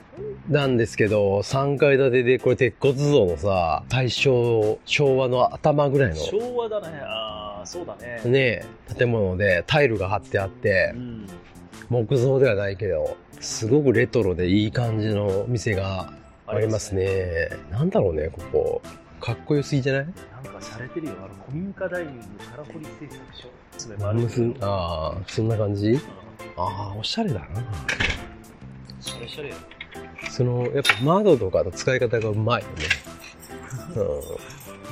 [SPEAKER 5] なんですけど、3階建てで、これ鉄骨像のさ、大正、昭和の頭ぐらいの、
[SPEAKER 6] 昭和だね。ああ、そうだね。
[SPEAKER 5] ねえ、建物でタイルが張ってあって
[SPEAKER 6] う、ん。
[SPEAKER 5] 木造ではないけど、すごくレトロでいい感じの店があります。ね。なんだろうね、ここ。かっこよすぎじゃない
[SPEAKER 6] なんかされてるよ。あの、古民家ダイニング、カラコリ製作所。爪もあ
[SPEAKER 5] あ
[SPEAKER 6] る
[SPEAKER 5] むすんあーそんな感じ
[SPEAKER 6] うん
[SPEAKER 5] ああ、おしゃれだな。
[SPEAKER 6] それそれよ。
[SPEAKER 5] その、やっぱ窓とかの使い方がうまいよね。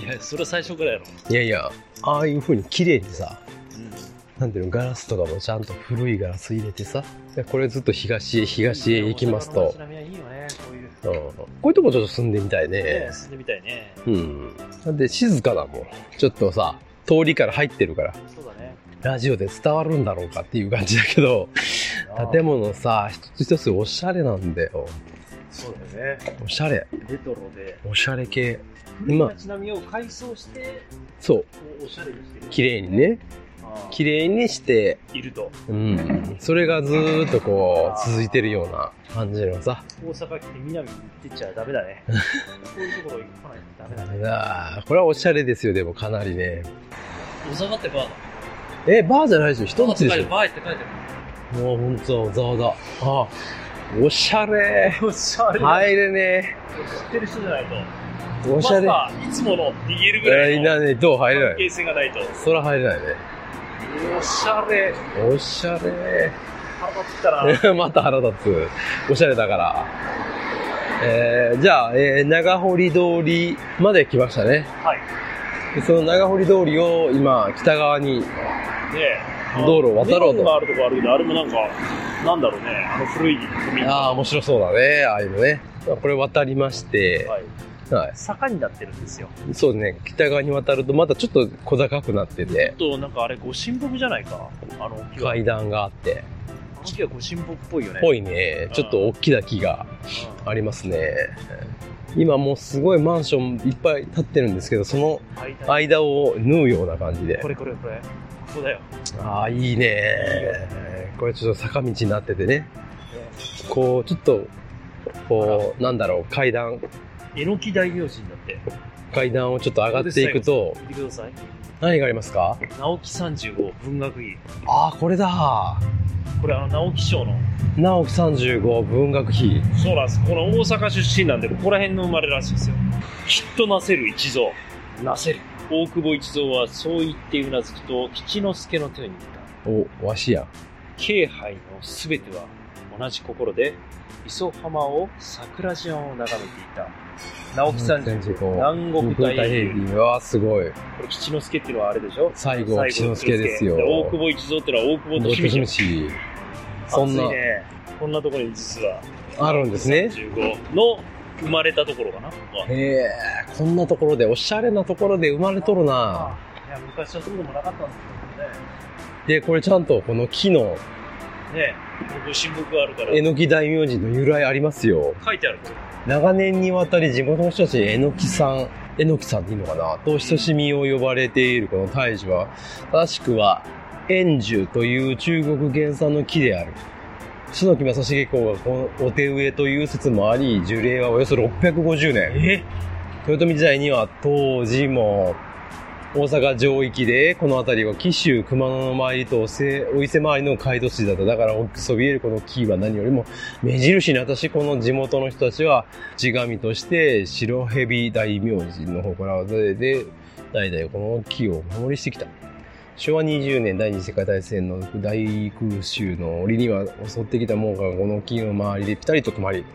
[SPEAKER 6] いや、それは最初からやろ。
[SPEAKER 5] うん、いやいや、ああいう風に綺麗にさ、
[SPEAKER 6] うん。
[SPEAKER 5] なんていうのガラスとかもちゃんと古いガラス入れてさでこれずっと東へ東へ行きますと
[SPEAKER 6] ち、なみにいいよね、こういう。ね
[SPEAKER 5] うん、こういうとこちょっと住んでみたいね
[SPEAKER 6] え、住んでみたいね。
[SPEAKER 5] うんだって静かだもんちょっとさ通りから入ってるから
[SPEAKER 6] そうだね。
[SPEAKER 5] ラジオで伝わるんだろうかっていう感じだ けど建物さ一つ一つおしゃれなんだよ
[SPEAKER 6] そうだよね。
[SPEAKER 5] おしゃれ
[SPEAKER 6] レトロで。
[SPEAKER 5] おしゃれ系
[SPEAKER 6] 今、街並みを改装して、
[SPEAKER 5] そう
[SPEAKER 6] こうおしゃれにしてる。
[SPEAKER 5] 綺麗にね
[SPEAKER 6] ああ
[SPEAKER 5] 綺麗にして
[SPEAKER 6] いると。
[SPEAKER 5] うんそれがずーっとこう続いてるような感じのさ
[SPEAKER 6] 大阪来て南に行ってちゃダメだ ね。こういうところ行かないとダメだね。
[SPEAKER 5] あーこれはおしゃれですよでもかなりね
[SPEAKER 2] 大阪ってバーだ。
[SPEAKER 5] え、バーじゃないですよ。一口でし
[SPEAKER 2] バーって書いて
[SPEAKER 5] ょ。もうほんと、ざわざわ。あおしゃれ。
[SPEAKER 6] おしゃれだ。
[SPEAKER 5] 入れね
[SPEAKER 6] 知ってる人じゃないと。
[SPEAKER 5] おしゃれ。
[SPEAKER 6] まさかいつものって言えるぐら
[SPEAKER 5] え
[SPEAKER 6] い
[SPEAKER 5] ー、
[SPEAKER 6] の
[SPEAKER 5] なね、どう入れ
[SPEAKER 6] 関
[SPEAKER 5] ない
[SPEAKER 6] 係性がないと。
[SPEAKER 5] そら入れないね。
[SPEAKER 6] おしゃれ。
[SPEAKER 5] おしゃれ。
[SPEAKER 6] 腹立ってきたな。
[SPEAKER 5] また腹立つ。おしゃれだから。えー、じゃあ、えー、長堀通りまで来ましたね。
[SPEAKER 6] はい。
[SPEAKER 5] でその長堀通りを今、北側に。
[SPEAKER 6] ねえ
[SPEAKER 5] 道路を渡ろう
[SPEAKER 6] レ
[SPEAKER 5] と
[SPEAKER 6] モンがあるとこあるけど、あれもなんか、なんだろうね、あの古い古民家。
[SPEAKER 5] ああ、面白そうだね。ああいうのね。まあこれ渡りまして、
[SPEAKER 6] はい。
[SPEAKER 5] はい。
[SPEAKER 6] 坂になってるんですよ。
[SPEAKER 5] そうね、北側に渡るとまたちょっと小高くなってて
[SPEAKER 6] ち、ょっとなんかあれ、ご神木じゃないか。あの木は。
[SPEAKER 5] 階段があって。
[SPEAKER 6] あの木はご神木っぽいよね。
[SPEAKER 5] ぽいね。ちょっと大きな木がありますね。今もうすごいマンションいっぱい建ってるんですけど、その
[SPEAKER 6] はい。はい
[SPEAKER 5] 間を縫うような感じで
[SPEAKER 6] こ。れこれこれ。ここだよ。
[SPEAKER 5] ああ、いいね。これちょっと坂道になっててね。こう、ちょっと、こう、なんだろう、階段、
[SPEAKER 6] えのき大名人だって。
[SPEAKER 5] 階段をちょっと上がっていくと、
[SPEAKER 6] 見てください。
[SPEAKER 5] 何がありますか
[SPEAKER 6] 直木35文学費。
[SPEAKER 5] ああ、これだ。
[SPEAKER 6] これあの直木賞の。
[SPEAKER 5] 直樹35文学費。
[SPEAKER 6] そうなんです。この大阪出身なんで、ここら辺の生まれらしいですよ。きっとなせる一蔵。なせる。大久保一蔵はそう言ってうなずくと、吉之助の手に言った。
[SPEAKER 5] お、わしやん。
[SPEAKER 6] 京杯のすべては同じ心で、磯浜を桜島を眺めていた。直木さん、
[SPEAKER 5] 35。
[SPEAKER 6] 南国大平
[SPEAKER 5] うわあ、すごい。
[SPEAKER 6] これ吉之助っていうのはあれでしょ
[SPEAKER 5] 西郷吉之助ですよ。
[SPEAKER 6] 大久保一蔵ってのは大久保と姫路。
[SPEAKER 5] そんな
[SPEAKER 6] 暑い、ね。こんなところに実は、
[SPEAKER 5] あるんですね。
[SPEAKER 6] 35の生まれたところかな。
[SPEAKER 5] へえ、こんなところで、おしゃれなところで生まれとるな。
[SPEAKER 6] いや、昔はそうでもなかったんです
[SPEAKER 5] で、これちゃんとこの木の
[SPEAKER 6] けどね。ねえ、ご神木があるから、
[SPEAKER 5] えのき大名人の由来ありますよ。
[SPEAKER 6] 書いてあるこれ
[SPEAKER 5] 長年にわたり地元の人たちにえのきさん、えのきさんでいいのかなと親しみを呼ばれているこの大樹は、正しくは、円樹という中国原産の木である。篠木正成公がこのお手植えという説もあり、樹齢はおよそ650年。
[SPEAKER 6] え
[SPEAKER 5] 豊臣時代には当時も大阪城域でこの辺りは紀州熊野の周りとおせお伊勢周りの街道筋だっただから大きくそびえるこの木は何よりも目印に私この地元の人たちは地神として白蛇大名人の方からでで代々この木をお守りしてきた昭和20年第二次世界大戦の大空襲の折には襲ってきた猛火がこの木の周りでピタリと止まり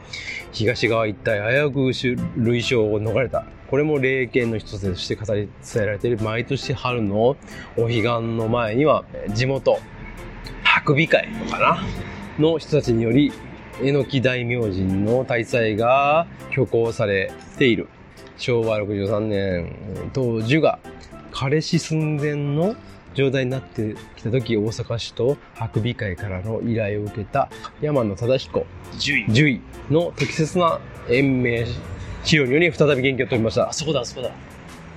[SPEAKER 5] 東側一帯危うく類賞を逃れたこれも霊験の一つとして語り伝えられている毎年春のお彼岸の前にはえー地元白尾会かなの人たちによりえのき大明神の大祭が挙行されている昭和63年当樹が彼氏寸前の状態になってきた時大阪市と博美会からの依頼を受けた山野忠彦
[SPEAKER 6] 10位。
[SPEAKER 5] 獣医の適切な延命治療により再び元気を取りました
[SPEAKER 6] あそこだ、あそこだ。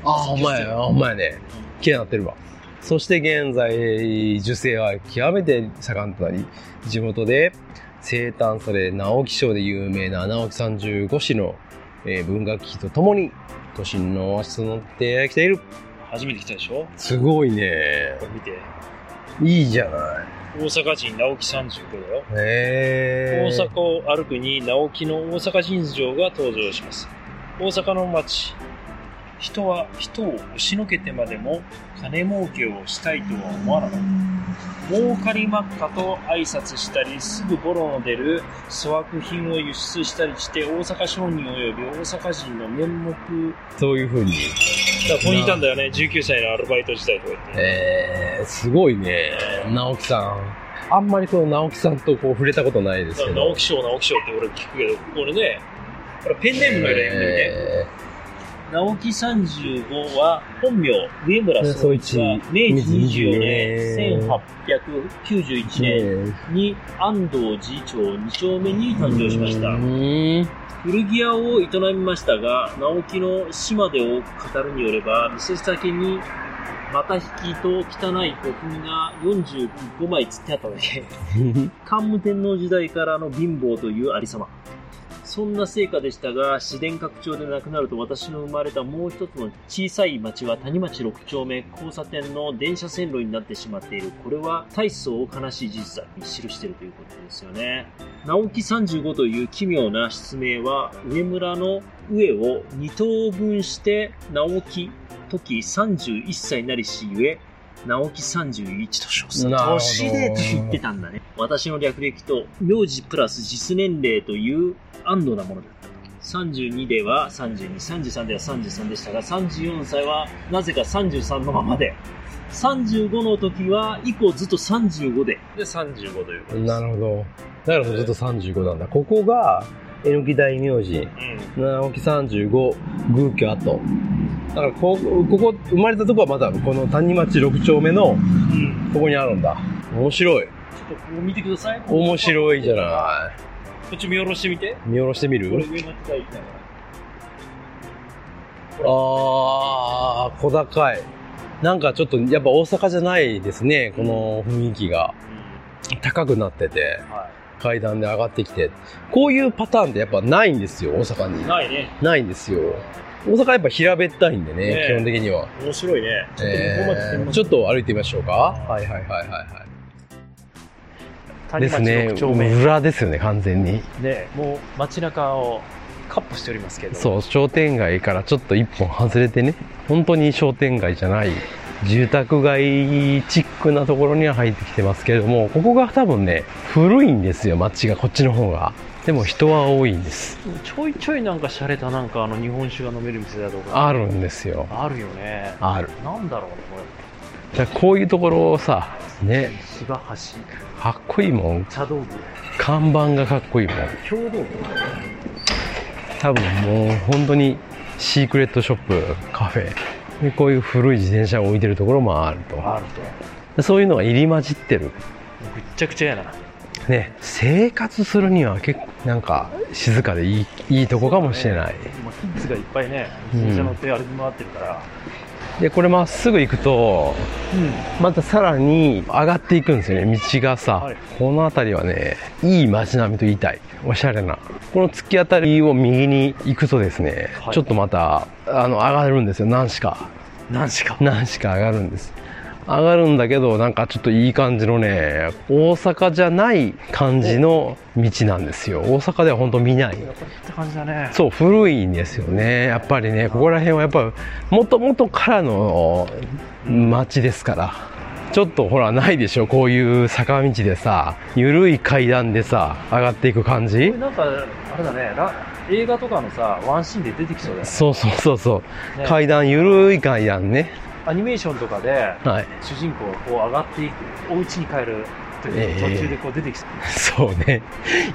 [SPEAKER 5] あ、お前、お前ね。綺麗になってるわ。そして現在、受精は極めて盛んとなり、地元で生誕され、直木賞で有名な直木35子の、えー文学記とともに、都心のオアシスとなってきている。
[SPEAKER 6] 初めて来たでしょ
[SPEAKER 5] すごいね
[SPEAKER 6] こ。れ見て。
[SPEAKER 5] いいじゃない。
[SPEAKER 6] 大阪人、直木35だよ。
[SPEAKER 5] へ
[SPEAKER 6] 大阪を歩くに直木の大阪人情が登場します大阪の街人は人を押しのけてまでも金儲けをしたいとは思わなかった儲かりまっかと挨拶したりすぐボロの出る粗悪品を輸出したりして大阪商人及び大阪人の面目
[SPEAKER 5] そういうふうに。
[SPEAKER 6] だからここにいたんだよね19歳のアルバイト時代とか言って
[SPEAKER 5] えー、すごいね。直木さん。あんまりこの直木さんとこう触れたことないです
[SPEAKER 6] だか
[SPEAKER 5] け
[SPEAKER 6] ら
[SPEAKER 5] ど。
[SPEAKER 6] 直木賞直木賞って俺聞くけどこれねこれペンネームのような読んでるね、
[SPEAKER 5] えー
[SPEAKER 6] 直木35は本名上村総一は明治24年1891年に安藤寺町2丁目に誕生しました
[SPEAKER 5] うん
[SPEAKER 6] 古着屋を営みましたが直木の島でを語るによれば店先にまた引きと汚い小文が45枚つってあっただけ桓武天皇時代からの貧乏というありさまそんな成果でしたが自然拡張でなくなると私の生まれたもう一つの小さい町は谷町6丁目交差点の電車線路になってしまっているこれは大層悲しい事実だに記しているということですよね直木35という奇妙な失明は上村の上を2等分して直木時31歳なりしゆえ直木31と称する
[SPEAKER 5] なるほど
[SPEAKER 6] 年でと言ってたんだね私の略歴と名字プラス実年齢という安堵なものだった32では3233では33でしたが34歳はなぜか33のままで35の時は以降ずっと35でで35ということです
[SPEAKER 5] なるほどだからずっと35なんだここがえのき大名人直木35宮居跡だからこここ生まれたとこはまだこの谷町6丁目
[SPEAKER 6] う
[SPEAKER 5] の
[SPEAKER 6] ん、うん、
[SPEAKER 5] ここにあるんだ面白い
[SPEAKER 6] ちょっとここ見てください
[SPEAKER 5] 面白いじゃ
[SPEAKER 6] い
[SPEAKER 5] な
[SPEAKER 6] こっち見下ろしてみて
[SPEAKER 5] い見下ろしてみ
[SPEAKER 6] これ
[SPEAKER 5] る
[SPEAKER 6] 上の機械だから
[SPEAKER 5] ああ小高いなんかちょっとやっぱ大阪じゃないですねこの雰囲気が高くなってて
[SPEAKER 6] は
[SPEAKER 5] 階段で上がってきて、こういうパターンってやっぱないんですよ、大阪
[SPEAKER 6] い、
[SPEAKER 5] に。
[SPEAKER 6] ないね
[SPEAKER 5] ないんですよ。大阪やっぱ平べったいんでね、
[SPEAKER 6] ねえ
[SPEAKER 5] 基本的には。
[SPEAKER 6] 面白いねちょっとここまで来て
[SPEAKER 5] え
[SPEAKER 6] み
[SPEAKER 5] ー
[SPEAKER 6] ま
[SPEAKER 5] ち
[SPEAKER 6] す
[SPEAKER 5] ょっと歩いてみましょうか。はいはいはいはいはい。
[SPEAKER 6] 谷
[SPEAKER 5] で
[SPEAKER 6] 町
[SPEAKER 5] すね。
[SPEAKER 6] 6丁目
[SPEAKER 5] 裏ですよね、完全に。
[SPEAKER 6] でもう街中をカップしておりますけど
[SPEAKER 5] そう、商店街からちょっと一本外れてね、本当に商店街じゃない、住宅街チックなところには入ってきてますけれども、ここが多分ね、古いんですよ、街が、こっちの方が。でも人は多いんです。
[SPEAKER 6] ちょいちょいなんか洒落たなんかあの日本酒が飲める店だとか
[SPEAKER 5] あるんですよ。
[SPEAKER 6] あるよね
[SPEAKER 5] ある。
[SPEAKER 6] なんだろうねこ
[SPEAKER 5] じゃあこういうところをさ、ね
[SPEAKER 6] れ、芝橋
[SPEAKER 5] かっこいいもん。
[SPEAKER 6] 茶道具
[SPEAKER 5] 看板がかっこいいもん。
[SPEAKER 6] 共同
[SPEAKER 5] 多分もう本当にシークレットショップ、カフェ。でこういう古い自転車を置いてるところもあると。
[SPEAKER 6] あると
[SPEAKER 5] でそういうのが入り混じってる。
[SPEAKER 6] ぐっちゃぐちゃやな
[SPEAKER 5] ね、生活するには結構なんか静かでいいいいとこかもしれない。
[SPEAKER 6] 今キッズがいっぱいね
[SPEAKER 5] うん
[SPEAKER 6] 自転車乗って歩き回ってるから
[SPEAKER 5] で、これまっすぐ行くと、
[SPEAKER 6] うん
[SPEAKER 5] またさらに上がっていくんですよね道がさ、
[SPEAKER 6] はい
[SPEAKER 5] この辺りはねいい街並みと言いたいおしゃれなこの突き当たりを右に行くとですね、
[SPEAKER 6] はい
[SPEAKER 5] ちょっとまたあの上がるんですよ何しか
[SPEAKER 6] 何しか
[SPEAKER 5] 何しか上がるんです上がるんだけどなんかちょっといい感じのね大阪じゃない感じの道なんですよ大阪では本当見ない
[SPEAKER 6] って感じだね
[SPEAKER 5] そう古いんですよねやっぱりねここら辺はやっぱもともとからの町ですからちょっとほらないでしょこういう坂道でさ緩い階段でさ上がっていく感じ
[SPEAKER 6] これなんかあれだねラ映画とかのさワンシーンで出てきそうだよ
[SPEAKER 5] そうそうそうそう、
[SPEAKER 6] ね
[SPEAKER 5] 階段緩い階段ね
[SPEAKER 6] アニメーションとかで
[SPEAKER 5] はい
[SPEAKER 6] 主人公こう上がっていくお家に帰るという
[SPEAKER 5] ええ
[SPEAKER 6] 途中でこう出てきそう
[SPEAKER 5] そうね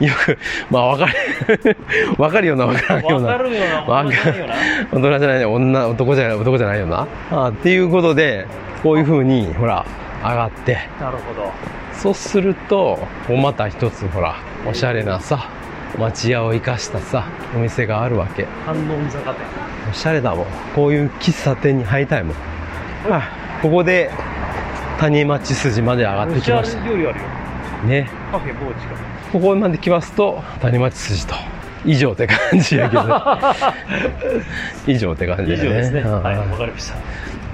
[SPEAKER 5] よくまあ分かる 分かるような分からん よう
[SPEAKER 6] わ
[SPEAKER 5] な
[SPEAKER 6] かるような
[SPEAKER 5] わか
[SPEAKER 6] わかるような
[SPEAKER 5] 大人じゃないね女男じゃない男じゃないよなあーっていうことでこういうふうにほら
[SPEAKER 8] がって
[SPEAKER 7] なるほど。
[SPEAKER 8] そうするともうまた一つほらおしゃれなさ町屋を生かしたさお店があるわけ
[SPEAKER 7] 観音坂店。
[SPEAKER 8] おしゃれだもんこういう喫茶店に入りたいもん、はあ、ここで谷町筋まで上がってきまし
[SPEAKER 7] ロシア料理あるよ。
[SPEAKER 8] たね
[SPEAKER 7] カフェボーチか。
[SPEAKER 8] ここまで来ますと谷町筋と以上って感じやけ ど以上って感じや
[SPEAKER 7] 以
[SPEAKER 8] ね
[SPEAKER 7] 上ですね。
[SPEAKER 8] うん
[SPEAKER 7] はい、わかりました。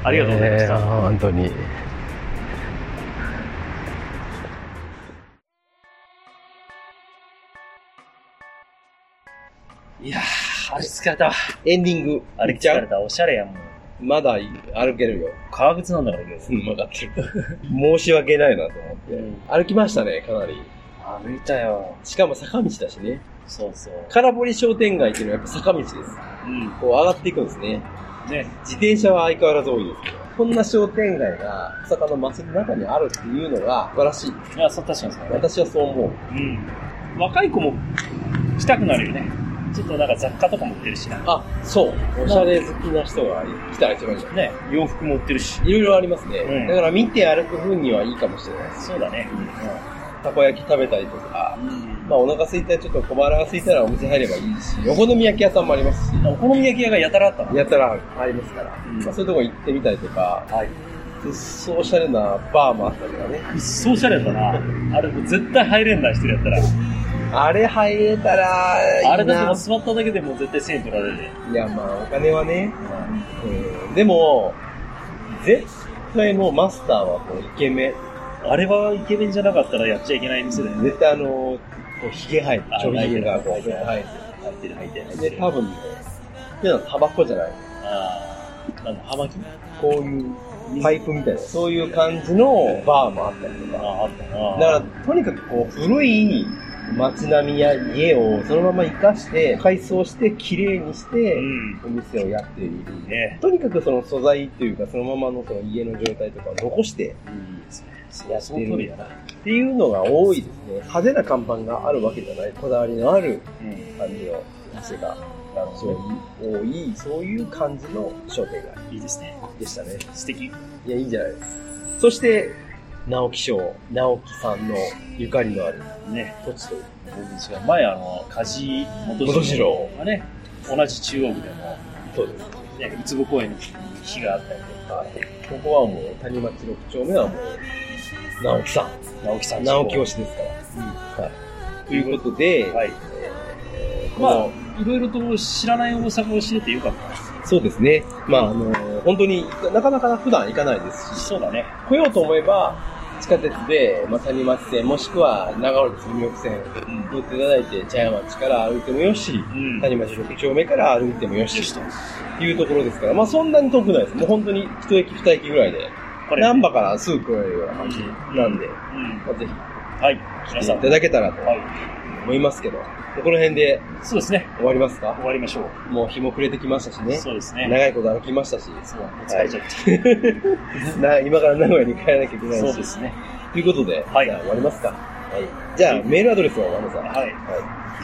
[SPEAKER 7] ありがとうございまし
[SPEAKER 8] ねえ
[SPEAKER 7] た。
[SPEAKER 8] 本当に
[SPEAKER 6] いやー、あれ疲れたわ。
[SPEAKER 5] エンディング。
[SPEAKER 6] あれ
[SPEAKER 5] いっちゃ
[SPEAKER 6] 疲れ
[SPEAKER 5] う
[SPEAKER 6] た。おしゃれやんもん。
[SPEAKER 5] まだ歩けるよ。
[SPEAKER 6] 革靴なんだから、今日。
[SPEAKER 5] うん、分かってる。申し訳ないなと思って。歩きましたね、かなり。
[SPEAKER 6] 歩いたよ。
[SPEAKER 5] しかも坂道だしね。
[SPEAKER 6] そうそう。
[SPEAKER 5] 空堀商店街っていうのはやっぱ坂道です。
[SPEAKER 6] うん。
[SPEAKER 5] こう上がっていくんですね。
[SPEAKER 6] ね。
[SPEAKER 5] 自転車は相変わらず多いですけど。こんな商店街が大阪の街の中にあるっていうのが素晴らしい。
[SPEAKER 6] いや、そう、確かにそうだね。
[SPEAKER 5] 私はそう思う。
[SPEAKER 6] うん。若い子もしたくなるよね。ちょっとなんか雑貨とかも売ってるしな。
[SPEAKER 5] あ、そう。おしゃれ好きな人が来たら一番いいじゃん。
[SPEAKER 6] ね。洋服も売ってるし。
[SPEAKER 5] いろいろありますね。
[SPEAKER 6] うん
[SPEAKER 5] だから見て歩く分にはいいかもしれないです。
[SPEAKER 6] そうだね。
[SPEAKER 5] たこ焼き食べたりとか、
[SPEAKER 6] うん。
[SPEAKER 5] まあお腹空いたらちょっと小腹が空いたらお店入ればいいし、お好み焼き屋さんもありますし、
[SPEAKER 6] お好み焼き屋がやたらあったな。
[SPEAKER 5] やたらありますから、
[SPEAKER 6] うん
[SPEAKER 5] まあそういうとこ行ってみたりとか、
[SPEAKER 6] はい。
[SPEAKER 5] うっそうおしゃれなバーもあったりとかね。
[SPEAKER 6] くっそうしゃれだな。あれ、絶対入れんない人やったら。
[SPEAKER 5] あれ入れたらいいな、
[SPEAKER 6] あれだってもう座っただけでもう絶対1000円取られるで。
[SPEAKER 5] いやまあお金はね、うん、でも、絶対もうマスターはこうイケメン。
[SPEAKER 6] あれはイケメンじゃなかったらやっちゃいけない店だよね。
[SPEAKER 5] 絶対あの、こう髭生えて、ちょび髭がこう生え
[SPEAKER 6] 入ってる入ってる入ってて
[SPEAKER 5] で、
[SPEAKER 6] る。
[SPEAKER 5] 多分ね、っていうのはタバコじゃない。
[SPEAKER 6] ああ、なんか葉巻
[SPEAKER 5] こういうパイプみたいな、そういう感じのバーもあったりと
[SPEAKER 6] あ
[SPEAKER 5] か。
[SPEAKER 6] あ、あった
[SPEAKER 5] だ
[SPEAKER 6] な。
[SPEAKER 5] から、とにかくこう、古い街並みや家をそのまま生かして、改装して、綺麗にして
[SPEAKER 6] う、ん。
[SPEAKER 5] お店をやっている。
[SPEAKER 6] ね。
[SPEAKER 5] とにかくその素材っていうか、そのままのその家の状態とかを残して
[SPEAKER 6] いいですね。そ
[SPEAKER 5] や
[SPEAKER 6] う、
[SPEAKER 5] っ
[SPEAKER 6] そ
[SPEAKER 5] て
[SPEAKER 6] の通り
[SPEAKER 5] る
[SPEAKER 6] だな。
[SPEAKER 5] っていうのが多いですね。派手な看板があるわけじゃない。こだわりのある
[SPEAKER 6] うん。
[SPEAKER 5] 感じの店が
[SPEAKER 6] なるほどね。
[SPEAKER 5] 多い、そういう感じの商店街
[SPEAKER 6] いいですね。
[SPEAKER 5] でしたね。
[SPEAKER 6] 素敵。
[SPEAKER 5] いや、いいんじゃないですか。そして、直木賞、直木さんのゆかりのある
[SPEAKER 6] ね。
[SPEAKER 5] 土地という。
[SPEAKER 6] 僕違う。前、あの、梶
[SPEAKER 5] 元
[SPEAKER 6] 元
[SPEAKER 5] 次
[SPEAKER 6] 次
[SPEAKER 5] 郎
[SPEAKER 6] 郎がね、同じ中央区でも、
[SPEAKER 5] そうです。
[SPEAKER 6] ね、うつぼ公園に火があったりとか、
[SPEAKER 5] ここはもう、谷町六丁目はもう、直木さ
[SPEAKER 6] 直樹さ
[SPEAKER 5] ん。
[SPEAKER 6] ん
[SPEAKER 5] 直木推
[SPEAKER 6] し。
[SPEAKER 5] しですから。
[SPEAKER 6] うん
[SPEAKER 5] はい。ということで、
[SPEAKER 6] はい。
[SPEAKER 5] えー
[SPEAKER 6] まあ
[SPEAKER 5] こ、
[SPEAKER 6] いろいろと知らない大阪を知れてよかっ
[SPEAKER 5] のそうですね。まあ、あの本当に、なかなか普段行かないです
[SPEAKER 6] た。
[SPEAKER 5] し、
[SPEAKER 6] そうだね。
[SPEAKER 5] 来ようと思えば、地下鉄で、まあ、谷町線、もしくは長織住奥線、
[SPEAKER 6] うん。
[SPEAKER 5] 乗っていただいて、茶屋町から歩いてもよし、
[SPEAKER 6] うん。
[SPEAKER 5] 谷町6丁目から歩いてもよし
[SPEAKER 6] よしと
[SPEAKER 5] というところですから、まあそんなに遠くないです。もう本当に一駅二駅ぐらいで、
[SPEAKER 6] これ、
[SPEAKER 5] 難波からすぐ来られるような感じなんで、
[SPEAKER 6] うん。
[SPEAKER 5] まあぜ
[SPEAKER 6] はい。
[SPEAKER 5] ひ
[SPEAKER 6] 皆
[SPEAKER 5] 来
[SPEAKER 6] さ
[SPEAKER 5] てい
[SPEAKER 6] ん。
[SPEAKER 5] ただけたらと
[SPEAKER 6] はい。
[SPEAKER 5] 思いますけど、この辺で
[SPEAKER 6] そうですね。
[SPEAKER 5] 終わりますか
[SPEAKER 6] 終わりましょう。
[SPEAKER 5] もう日も暮れてきましたしね。
[SPEAKER 6] そうですね。
[SPEAKER 5] 長いこと歩きましたし、
[SPEAKER 6] そう、疲れちゃっ
[SPEAKER 5] な今から名古屋に帰らなきゃいけ
[SPEAKER 6] た。
[SPEAKER 5] な
[SPEAKER 6] そ
[SPEAKER 5] い
[SPEAKER 6] で
[SPEAKER 5] うし。
[SPEAKER 6] すね。
[SPEAKER 5] ということで、
[SPEAKER 6] はい
[SPEAKER 5] じゃあ終わりますか。はい。じゃあメールアドレスは山田さん。
[SPEAKER 6] はい。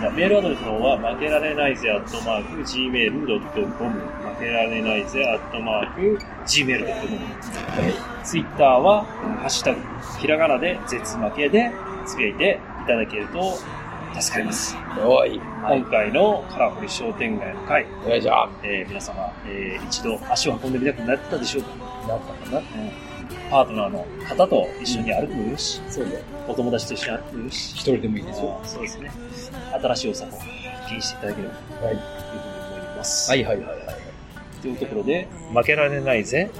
[SPEAKER 6] じゃあメールアドレスの方は、負けられないぜ、アットマーク、gmail.com。負けられないぜ、アットマーク、gmail.com。ツイッターは、ハッシュタグ、ひらがなで、絶負けで、つぶやいていただけると助かります。
[SPEAKER 5] はい。はい。
[SPEAKER 6] 今回のカラフル商店街の会、
[SPEAKER 5] お願いしま
[SPEAKER 6] えー皆様、えー一度足を運んでみたくなったでしょうか
[SPEAKER 5] す。なったかな
[SPEAKER 6] パートナーの方と一緒に歩くもよし、
[SPEAKER 5] そうね。
[SPEAKER 6] お友達と一緒に歩くもよし、
[SPEAKER 5] 一人でもいいですよ。
[SPEAKER 6] あーそうですね。新しい大阪を気にしていただければという
[SPEAKER 5] はい。
[SPEAKER 6] ふうに思います。
[SPEAKER 5] はいはいはいはい。
[SPEAKER 6] というところで、負けられないぜ、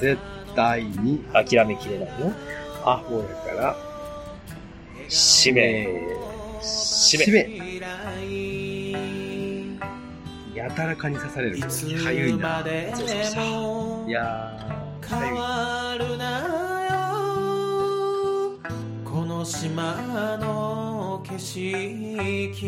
[SPEAKER 5] 絶対に
[SPEAKER 6] 諦めきれないよ、
[SPEAKER 5] アホやから、
[SPEAKER 6] 使命、使命。
[SPEAKER 5] めやたら蚊に刺される。かゆいな。いやー、かゆい。
[SPEAKER 9] 変わるなよこの島の景色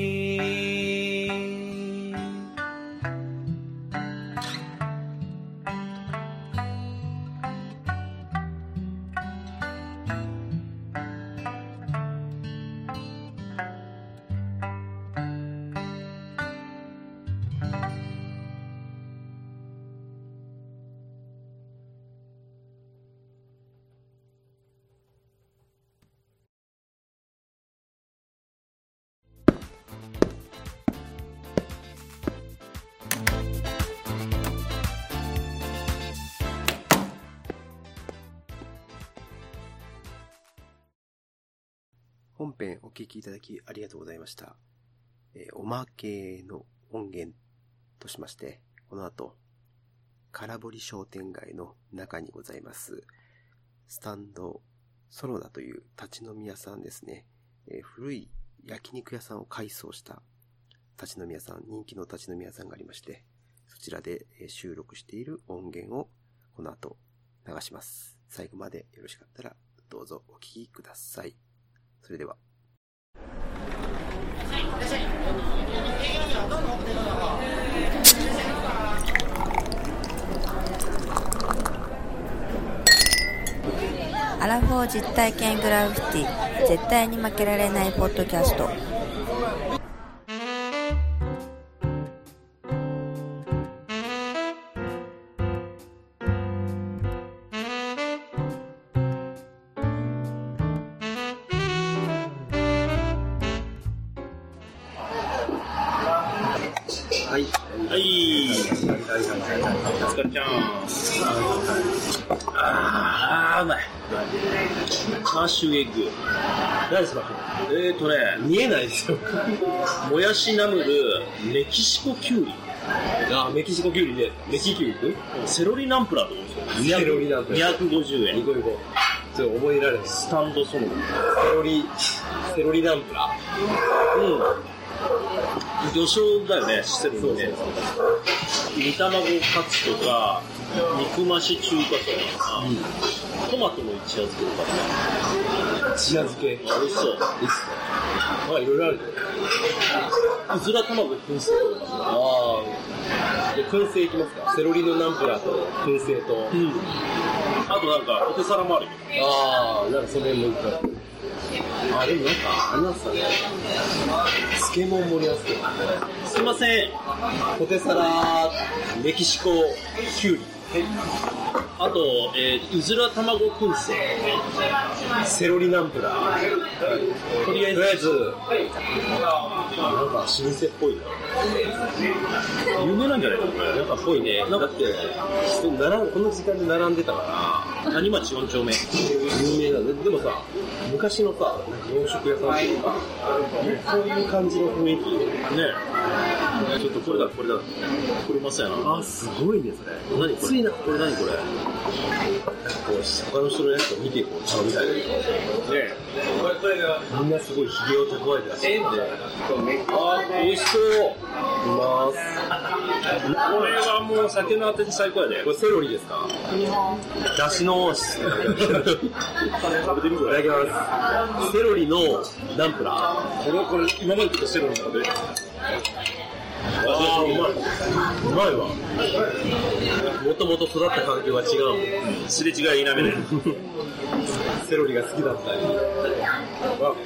[SPEAKER 10] 本編お聞きいただきありがとうございました。えーおまけの音源としまして、この後、空堀商店街の中にございます、スタンドソロダという立ち飲み屋さんですね。えー古い焼肉屋さんを改装した立ち飲み屋さん、人気の立ち飲み屋さんがありまして、そちらでえー収録している音源をこの後流します。最後までよろしかったらどうぞお聞きください。それでは。
[SPEAKER 4] アラフォー実体験グラフィティ絶対に負けられないポッドキャスト
[SPEAKER 10] はい。
[SPEAKER 6] はい。お疲れちゃん。あー、うまい。マッシュエッグ。何ですかえーとね、見えないですよ。もやしナムル、メキシコキュウリ。あメキシコキュウリで、メキキュウリセロリナンプラーと思うんですよ。
[SPEAKER 5] セロリナンプラ
[SPEAKER 6] 250円。
[SPEAKER 5] ニコニコ。ちょっと覚えられない。
[SPEAKER 6] スタンドソロ。
[SPEAKER 5] セロリ、セロリナンプラ
[SPEAKER 6] うん。魚醤だよね、セロリね。煮卵カツとか、肉増し中華とか、トマトの一夜漬けとかね。
[SPEAKER 5] ー。チア漬け。
[SPEAKER 6] あ美味しそう。
[SPEAKER 5] まあ、いろいろあるね。
[SPEAKER 6] うずら卵燻製とか。
[SPEAKER 5] ああ。で、燻製いきますか。セロリのナンプラーと燻製と。
[SPEAKER 6] うん。あとなんか、ポテサラもあるよ。
[SPEAKER 5] ああ、なんかその辺もいっぱいある。あ、でもなんか、ありましたね。漬物盛り合わせて
[SPEAKER 6] すいません。
[SPEAKER 5] ポテサラ、メキシコ、キュウリ、
[SPEAKER 6] あと、えーうずら卵燻製。
[SPEAKER 5] セロリナンプラー。
[SPEAKER 6] とりあえ
[SPEAKER 5] とりあえ
[SPEAKER 6] ず、
[SPEAKER 5] ず、なんか老舗っぽいな。
[SPEAKER 6] 有名なんじゃないかな、これ。
[SPEAKER 5] なんかぽいね。なんかって、並んこの時間で並んでたから、
[SPEAKER 6] 谷町4丁目。
[SPEAKER 5] 有名だね。でもさ、昔のさ、なんか洋食屋さんっていうか、こういう感じの雰囲気。
[SPEAKER 6] ねえちょっとこれだこれだこれうまそうやなあすごいねそれ何これ
[SPEAKER 5] 熱いな
[SPEAKER 6] これ何これ
[SPEAKER 5] こう他の人のやつを見てこう、ちゃうみたいな。ねみんなすごいひげを蓄えてらっしゃる。
[SPEAKER 6] あ美味しそう
[SPEAKER 5] います。
[SPEAKER 6] これはもう酒のあてに最高やで
[SPEAKER 5] これセロリですか
[SPEAKER 6] だしの質い
[SPEAKER 5] 食べてみていただきます。セロリのナンプラー。
[SPEAKER 6] これこれ今まで食ったセロリなのでああうまいうまいわ
[SPEAKER 5] もともと育った環境が違うもん。
[SPEAKER 6] すれ違い否めない
[SPEAKER 5] セロリが好きだったり。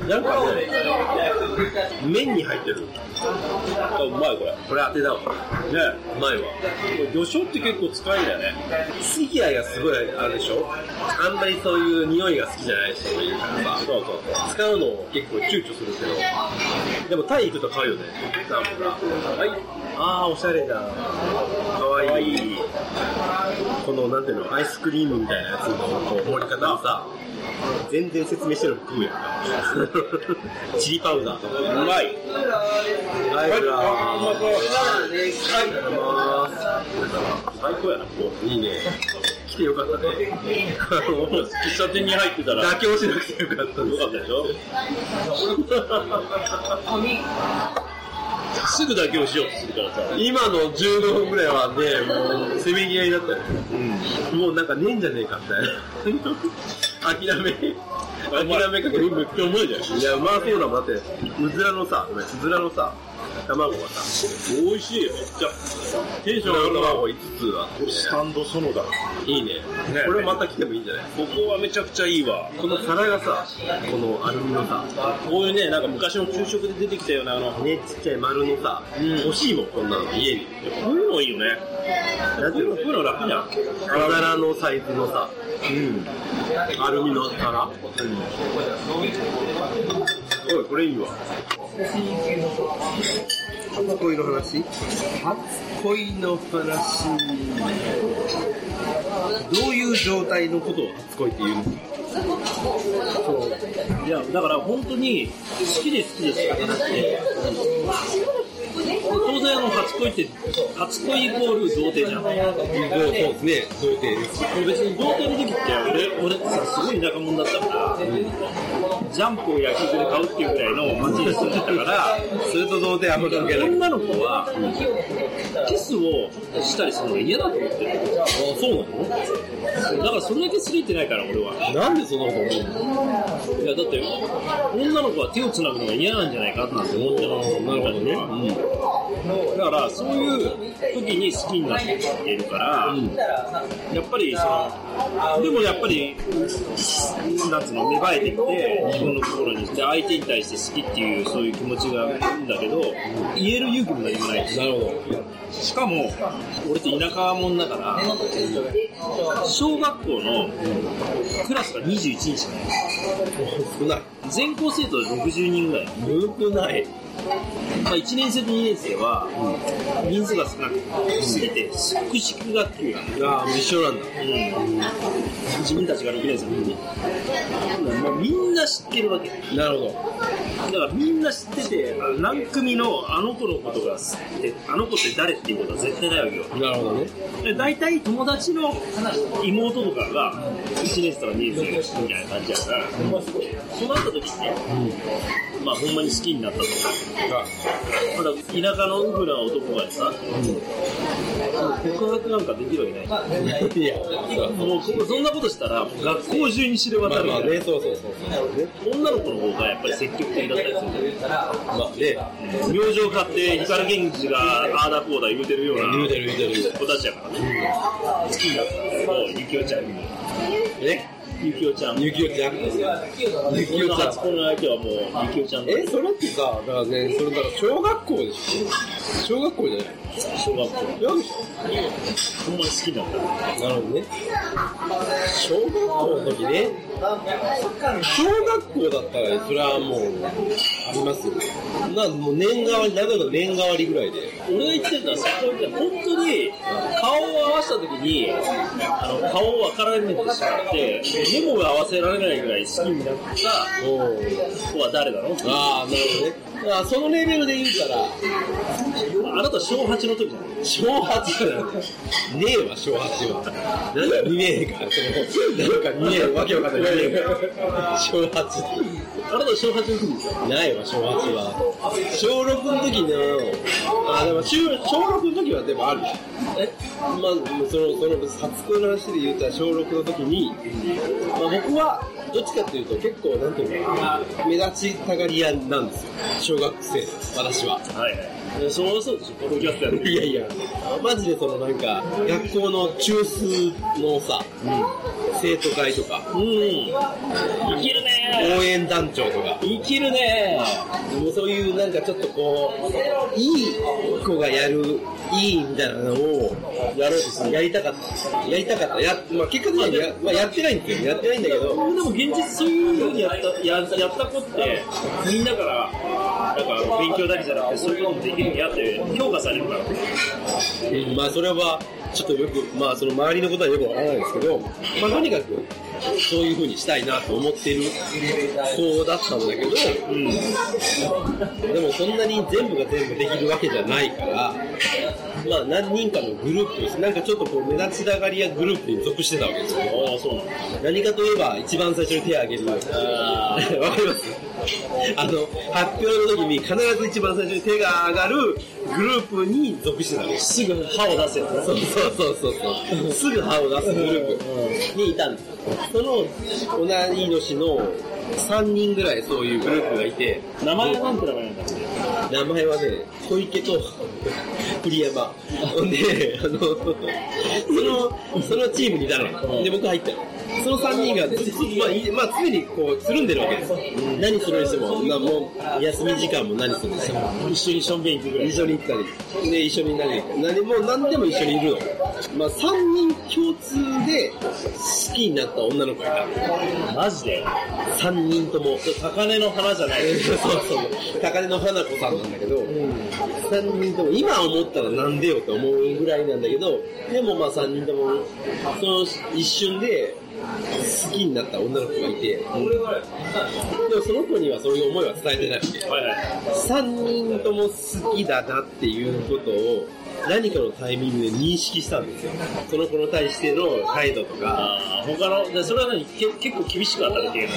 [SPEAKER 6] なんかね麺に入ってるあうまいこれ
[SPEAKER 5] これ当てだわ。
[SPEAKER 6] ねうまいわ魚醤って結構使えんだよね
[SPEAKER 5] 好き嫌いがすごいあるでしょあんまりそういう匂いが好きじゃない人もいるからさ。
[SPEAKER 6] そうそう
[SPEAKER 5] 使うのを結構躊躇するけど。でもタイ行くと買うよね。ナンプラー。はい。ああ、おしゃれだ。かわいい。この、なんていうの、アイスクリームみたいなやつのこう盛り方をさ、全然説明してるの食うや ん。チリパウダーとか。
[SPEAKER 6] うまい
[SPEAKER 5] はい、
[SPEAKER 6] はい、
[SPEAKER 5] あ
[SPEAKER 6] あうまそう最高やな、ここ。
[SPEAKER 5] いいね。来てよかったね。
[SPEAKER 6] 喫茶店に入ってたら、よか
[SPEAKER 5] 妥協しなくてよかったです。
[SPEAKER 6] ったでしょすぐ妥協しようとするからさ。
[SPEAKER 5] 今の15分ぐらいはね、もう、せめぎ合いだったよね。もうなんかねえんじゃねえかみたいな。諦め、諦めかけて。
[SPEAKER 6] って思うじゃん。
[SPEAKER 5] いや、うまそうだもん。だって、うずらのさ、ごめん、うずらのさ、卵がさ、
[SPEAKER 6] 美味しいよ、めっちゃ。テンション上
[SPEAKER 5] うずらの
[SPEAKER 6] がるわ。
[SPEAKER 5] 卵5つあ
[SPEAKER 6] ス
[SPEAKER 5] っ
[SPEAKER 6] タンドそのだ。
[SPEAKER 5] て、いいね。これまた来てもいいんじゃない
[SPEAKER 6] ここはめちゃくちゃいいわ。
[SPEAKER 5] この皿がさ、このアルミのさ、
[SPEAKER 6] こういうね、なんか昔の昼食で出てきたような、あの、こ
[SPEAKER 5] ね、ちっちゃい丸のさ、欲しいもん、こんなの、家に。
[SPEAKER 6] ういうのいいよね。
[SPEAKER 5] なんていうの、こういうの楽じゃん。皿のサイズのさ、アルミの皿。おい、これいいわ。初恋の話初恋の話。どういう状態のことを初恋って言うのその
[SPEAKER 6] いや、だから本当に好きで好きで仕方なくて、当然あの初恋って、初恋イコール童貞じゃん。
[SPEAKER 5] そうですね、童貞です。
[SPEAKER 6] 別に童貞の時って俺、俺ってさ、すごい田舎者だったから、ジャンプを野球で買うっていうぐらいの街に住んでたから、
[SPEAKER 5] それと童貞あんま関係ない。
[SPEAKER 6] 女の子は、キスをしたりするのが嫌だと思ってる。あ、そうなのだからそれだけすれてないから、俺は。
[SPEAKER 5] なんでそんなこと思うの
[SPEAKER 6] いやだって女の子は手をつなぐのが嫌なんじゃないかって思ってますなるほどね、だからそういう時に好きになっているから、やっぱりそのでもやっぱりなんつうの芽生えてきて自分の心にして相手に対して好きっていうそういう気持ちがあるんだけど、言える勇気も何もないなるほどしかも俺って田舎者だから小学校のクラスが21人しかない
[SPEAKER 5] 少ない。
[SPEAKER 6] 全校生徒で60人ぐらい、
[SPEAKER 5] 少ない。
[SPEAKER 6] まあ、1年生と2年生は人数が少なくて、てすっごい宿学級が、
[SPEAKER 5] ああ、一緒なんだ。
[SPEAKER 6] 自分たちが6年生の時に、もうみんな知ってるわけ、だか
[SPEAKER 5] なるほ
[SPEAKER 6] らみんな知ってて、あの何組のあの子のことが好きで、あの子って誰っていうことは絶対ないわけよ。
[SPEAKER 5] ど。なるほどね。
[SPEAKER 6] で大体友達の妹とかが1年生とか2年生みたいな感じやから、そうなった時にね、まあほんまに好きになったとか、まだ田舎のウブな男がさ、告白なんかできるわけない
[SPEAKER 5] いや、
[SPEAKER 6] もうそんなことしたら学校中に知れ渡
[SPEAKER 5] まあ
[SPEAKER 6] るみ
[SPEAKER 5] まあ
[SPEAKER 6] たいな、
[SPEAKER 5] ね、そうそうそうそう。
[SPEAKER 6] 女の子の方がやっぱり積極的だったりするんだよ
[SPEAKER 5] まあね、
[SPEAKER 6] 明星買って光源氏がああだこうだ言うてるような
[SPEAKER 5] 言うてる言うてる言うて
[SPEAKER 6] 子たちやからね好きになったんだけどゆきおちゃんに
[SPEAKER 5] る。え
[SPEAKER 6] ゆきおちゃん
[SPEAKER 5] ゆきおちゃん。ゆ
[SPEAKER 6] 俺
[SPEAKER 5] き
[SPEAKER 6] の
[SPEAKER 5] おちゃん
[SPEAKER 6] 初。恋の相手はもうゆきおちゃんだ
[SPEAKER 5] え、それってさ、だからね、それだから小学校でしょ小学校じゃない
[SPEAKER 6] 小学校
[SPEAKER 5] 小学校
[SPEAKER 6] ほんまに好きだった
[SPEAKER 5] なるほどね。小学校の時ね。小学校だったら、それはもう、ありますよ。な、もう年替わり、長いの年替わりぐらいで。
[SPEAKER 6] 俺が言ってたのはそこって本当に顔を合わせた時にあの顔を分からめてしまって目も合わせられないぐらい好きになった
[SPEAKER 5] おー
[SPEAKER 6] 子は誰だろう
[SPEAKER 5] ああ、なるほどね。あーそのレベルで言うから、
[SPEAKER 6] あなた小8の時じゃない
[SPEAKER 5] 小八だよね。ねえわ、小八は。なんか見ねえか、その、なんか見ねえ、わけわかんない。見ねえわ小八。
[SPEAKER 6] あなた小8の時でしょ
[SPEAKER 5] ないわ、小八は。小6の時の、あ、でも中、小6の時はでもあるえまあ、その、その、初恋の話で言うたら小6の時に、まあ僕は、どっちかっていうと結構、なんていうのかな、目立ちたがり屋なんですよ。小学生、私は。
[SPEAKER 6] はいはいそうそうでしょポッドキャストやってる
[SPEAKER 5] いやいや、マジでそのなんか、学校の中枢のさ、生徒会とか、
[SPEAKER 6] うんいけるね
[SPEAKER 5] 応援団長とか、
[SPEAKER 6] いけるね
[SPEAKER 5] もうそういうなんかちょっとこう、いい子がやる、いいみたいなのをやろうとする。やりたかった。やりたかった。や、まあ結果的にや,、まあ、やってないんですよ。やってないんだけど、
[SPEAKER 6] でも現実そういうふうにやったややった子ってみんなからなんか勉強だけじゃなくてそういうこともできるんやって評価されるから
[SPEAKER 5] うんまあそれは、ちょっとよく、まあその周りのことはよくわからないですけど、まあとにかく、そういうふうにしたいなと思ってる子だったんだけど、でもそんなに全部が全部できるわけじゃないから、まあ何人かのグループです、なんかちょっとこう目立ちたがりやグループに属してたわけですよ。
[SPEAKER 6] ああそうなの
[SPEAKER 5] 何かといえば一番最初に手を挙げる。わかり ますあの、発表の時に必ず一番最初に手が上がるグループに属してたの。
[SPEAKER 6] すぐ歯を出せよ
[SPEAKER 5] そうそうそうそうそう。すぐ歯を出すグループにいたんですよ。その、同い年の3人ぐらいそういうグループがいて、
[SPEAKER 6] 名前はなんて名前なんだ
[SPEAKER 5] 名前はね、小池と栗山。ほんで、あの、その、そのチームにいたの。で、僕入ったの。その3人が、ずっとまあ、いまあ、常にこう、つるんでるわけですよ。何するにしても、まあ、もう、休み時間も何するにしても。
[SPEAKER 6] 一緒にションベン行くぐらい
[SPEAKER 5] 一緒に行ったり、で、一緒に何、何も、何でも一緒にいるの。まあ、3人共通で、好きになった女の子がい
[SPEAKER 6] マジで
[SPEAKER 5] た。3人とも。
[SPEAKER 6] 高根の花じゃない
[SPEAKER 5] そうそう高根の花子さんなんだけど、3人とも今思ったらなんでよと思うぐらいなんだけどでもまあ3人ともその一瞬で好きになった女の子がいて、でもその子にはそういう思いは伝えてないわけ、3人とも好きだなっていうことを何かのタイミングで認識したんですよその子に対しての態度とか
[SPEAKER 6] あー他の、でそれは何け結構厳しく働ける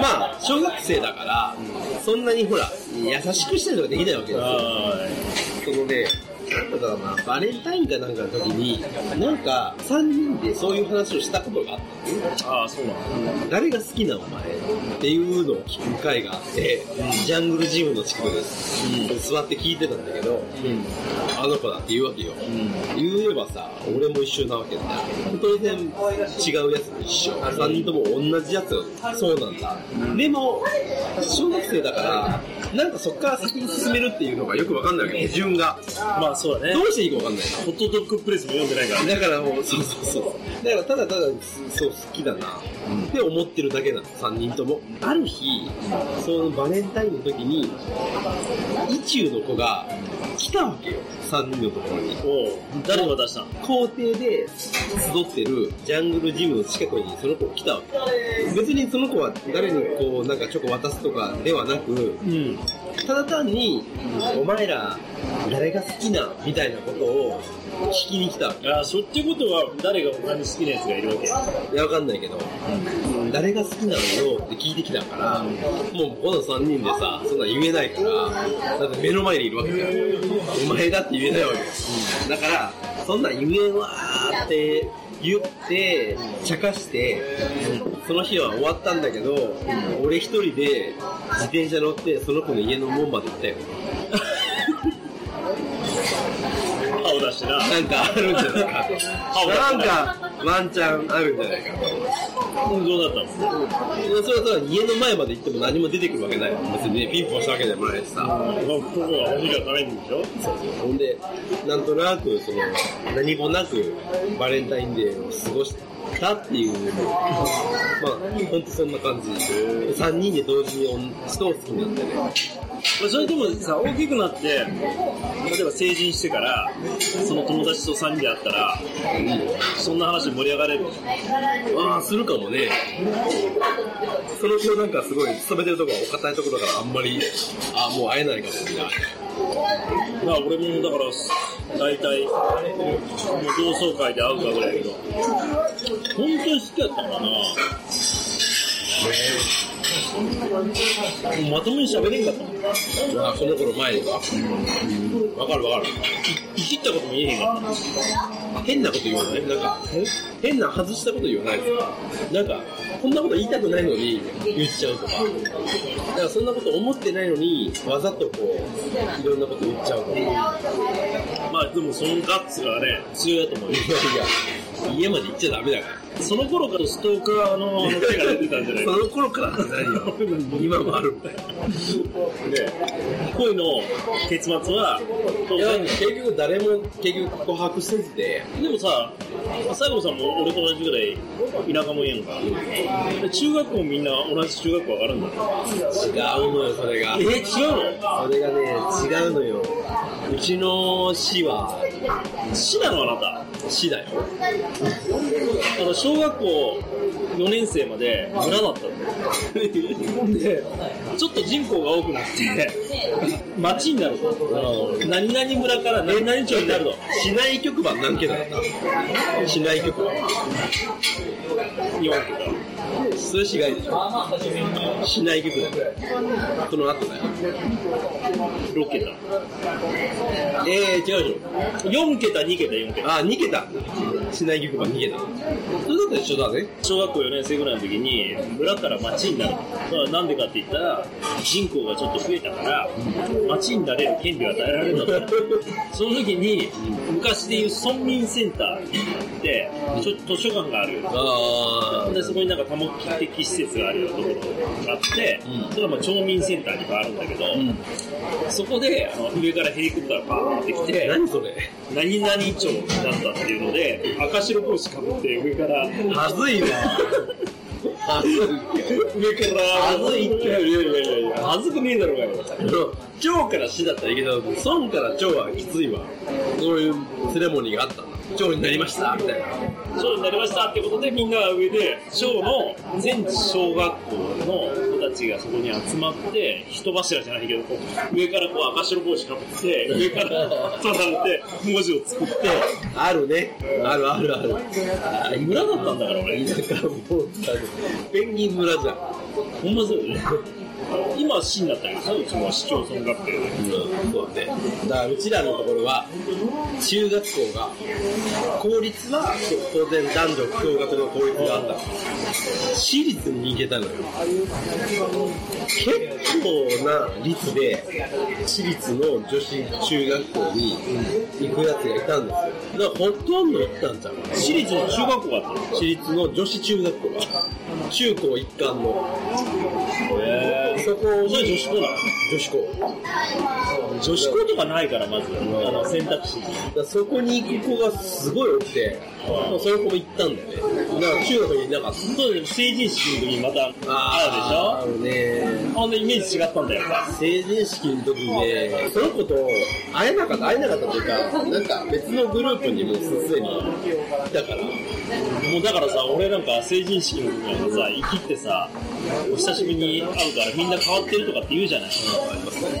[SPEAKER 5] まあ小学生だから、そんなにほら優しくしたりとかできないわけですよ
[SPEAKER 6] は
[SPEAKER 5] そのね、なんだろうな、バレンタインかなんかの時に、なんか、3人でそういう話をしたことがあったんです
[SPEAKER 6] ああ、そうなんだ。
[SPEAKER 5] 誰が好きなお前っていうのを聞く会があって、ジャングルジムの近くです、座って聞いてたんだけど、あの子だって言うわけよ。言えばさ、俺も一緒なわけだ。当然、違うやつも一緒。3人とも同じやつそうなんだ。でも、小学生だから、なんかそっから先に進めるっていうのがよくわかんないわけよ、手順が。
[SPEAKER 6] まあそうだね
[SPEAKER 5] ど。うしていいかわかんない
[SPEAKER 6] ホットドッグプレスも読んでないから。
[SPEAKER 5] だからもう、そうそうそう。だからただただ、そう、好きだな。って思ってるだけなの、3人とも。ある日、そのバレンタインの時に、意中の子が来たわけよ、3人のところに。
[SPEAKER 6] おう誰が渡したの
[SPEAKER 5] 校庭で集ってるジャングルジムの近くにその子来たわけ。別にその子は誰にこう、なんかチョコ渡すとかではなく、
[SPEAKER 6] うん。
[SPEAKER 5] ただ単に、お前ら、誰が好きなみたいなことを聞きに来たわけ。
[SPEAKER 6] ああ、そうってことは、誰が他に好きなやつがいるわけ。
[SPEAKER 5] いや、わかんないけど、誰が好きなのよって聞いてきたから、もうこの3人でさ、そんなん言えないから、だって目の前にいるわけじゃん。お前だって言えないわけよ。だから、そんなん言えんわーって言って、茶化して、その日は終わったんだけど、俺一人で自転車乗って、その子の家の門まで行ったよ。
[SPEAKER 6] 顔出してな。
[SPEAKER 5] なんかあるんじゃない
[SPEAKER 6] あ俺
[SPEAKER 5] か。なんか、ワンチャンあるんじゃないか。
[SPEAKER 6] どうだったの
[SPEAKER 5] いやそれはさ家の前まで行っても何も出てくるわけない別にねピンポンしたわけでもないしさ
[SPEAKER 6] まあ、ここはお昼が食べるんでしょ
[SPEAKER 5] ほんでなんとなくその何もなくバレンタインデーを過ごしたっていうまあほんとそんな感じ3人で同時に人を好きになってね
[SPEAKER 6] まあ、それでもさ、大きくなって、例えば成人してから、その友達と3人で会ったら、そんな話で盛り上がれるでしょ
[SPEAKER 5] ああするかもねその人なんかすごい勤めてるとこはお堅いところだからあんまりああもう会えないかもしれない
[SPEAKER 6] まあ、俺もだから、大体、もう同窓会で会うかぐらいだけど、本当に好きだったのかな、もうまともに喋れんかったもん、い
[SPEAKER 5] まあその頃前にはわかるわかる
[SPEAKER 6] いじったことも言えへんかった
[SPEAKER 5] 変なこと言わないなんか、変な外したこと言わないなんか、こんなこと言いたくないのに言っちゃうとか。だからそんなこと思ってないのに、わざとこう、いろんなこと言っちゃうとか。いやいや、
[SPEAKER 6] まあ、でもそのガッツがね、強いだと思うよ。
[SPEAKER 5] 家まで行っちゃダメだから。
[SPEAKER 6] その頃からストーカーの手が出てたんじゃない
[SPEAKER 5] その頃からって何よ。今もあるみたい
[SPEAKER 6] で恋の結末は当
[SPEAKER 5] いや、
[SPEAKER 6] 然
[SPEAKER 5] 結局誰も結局告白せずで、
[SPEAKER 6] でもさ西郷さんも俺と同じぐらい田舎もんやんかで中学校もみんな同じ中学校上がるんだ
[SPEAKER 5] 違うのよ、それが
[SPEAKER 6] え。違うの
[SPEAKER 5] それがね、違うのよ。うちの市は、
[SPEAKER 6] 市なのあな
[SPEAKER 5] 市だよ。
[SPEAKER 6] たあの小学校4年生まで村だったの でちょっと人口が多くなって町になると何々村から何々町になると
[SPEAKER 5] 市内局番何件だった市内局番。
[SPEAKER 6] 日本とか
[SPEAKER 5] それ市街でしょ市内局だよその後だよ
[SPEAKER 6] 6桁
[SPEAKER 5] えー、違うでし
[SPEAKER 6] 4桁2桁4桁
[SPEAKER 5] ょあー、逃げた市内局番逃げたそれだと一緒だね
[SPEAKER 6] 小学校4年生ぐらいの時に村から町になるまあなんでかって言ったら人口がちょっと増えたから町になれる権利を与えられたとその時に昔でいう村民センターってちょ図書館がある
[SPEAKER 5] あ
[SPEAKER 6] でそこになんか多目的施設があるようなところがあって、それはまあ町民センターに変わるんだけど、そこであの上からヘリコプターがバーンって来て
[SPEAKER 5] 何それ
[SPEAKER 6] 何々町になったっていうので赤白帽子かぶって上から
[SPEAKER 5] はずいなはず 上からはずいっていやいやいやいやはずくねえだろうがよ腸から死だったらいけたのに損から腸はきついわそういうセレモニーがあったんだ腸になりましたみたいな
[SPEAKER 6] 賞になりましたってことでみんなが上で賞の全小学校の子たちがそこに集まって人柱じゃないけどこう上からこう赤白帽子かぶって上から取られて文字を作って
[SPEAKER 5] あるねあるあるある
[SPEAKER 6] 村だったんだから俺
[SPEAKER 5] 田舎もうペンギン村じゃん
[SPEAKER 6] ほんまそうよね今は市になったけどさうちの市町村学校で
[SPEAKER 5] うん、そうだね。だからうちらのところは、中学校が、公立は当然男女共学の公立があったの。私立に行けたのよ。結構な率で、私立の女子中学校に行くやつがいたんですよ。だからほとんど行ったんちゃう
[SPEAKER 6] 私立の中学校があったの
[SPEAKER 5] 私立の女子中学校が、中高一貫の、そこに
[SPEAKER 6] それ女子校なの
[SPEAKER 5] 女子校。
[SPEAKER 6] 女子校とかないからまずあの選択肢に
[SPEAKER 5] だからそこに行く子がすごい多くて、もうそういう子も行ったんだよね。だから中学にいなかった。
[SPEAKER 6] そうで成人式の時にまたあ
[SPEAKER 5] あ
[SPEAKER 6] る
[SPEAKER 5] るね
[SPEAKER 6] でしょあのイメージ違ったんだよさ
[SPEAKER 5] 成人式の時にね、その子と会えなかった、会えなかったというか、なんか別のグループにもうすでにいたから、
[SPEAKER 6] もうだからさ、俺なんか成人式の時なんかさ、生きってさ、お久しぶりに会うからみんな変わってるとかって言うじゃない。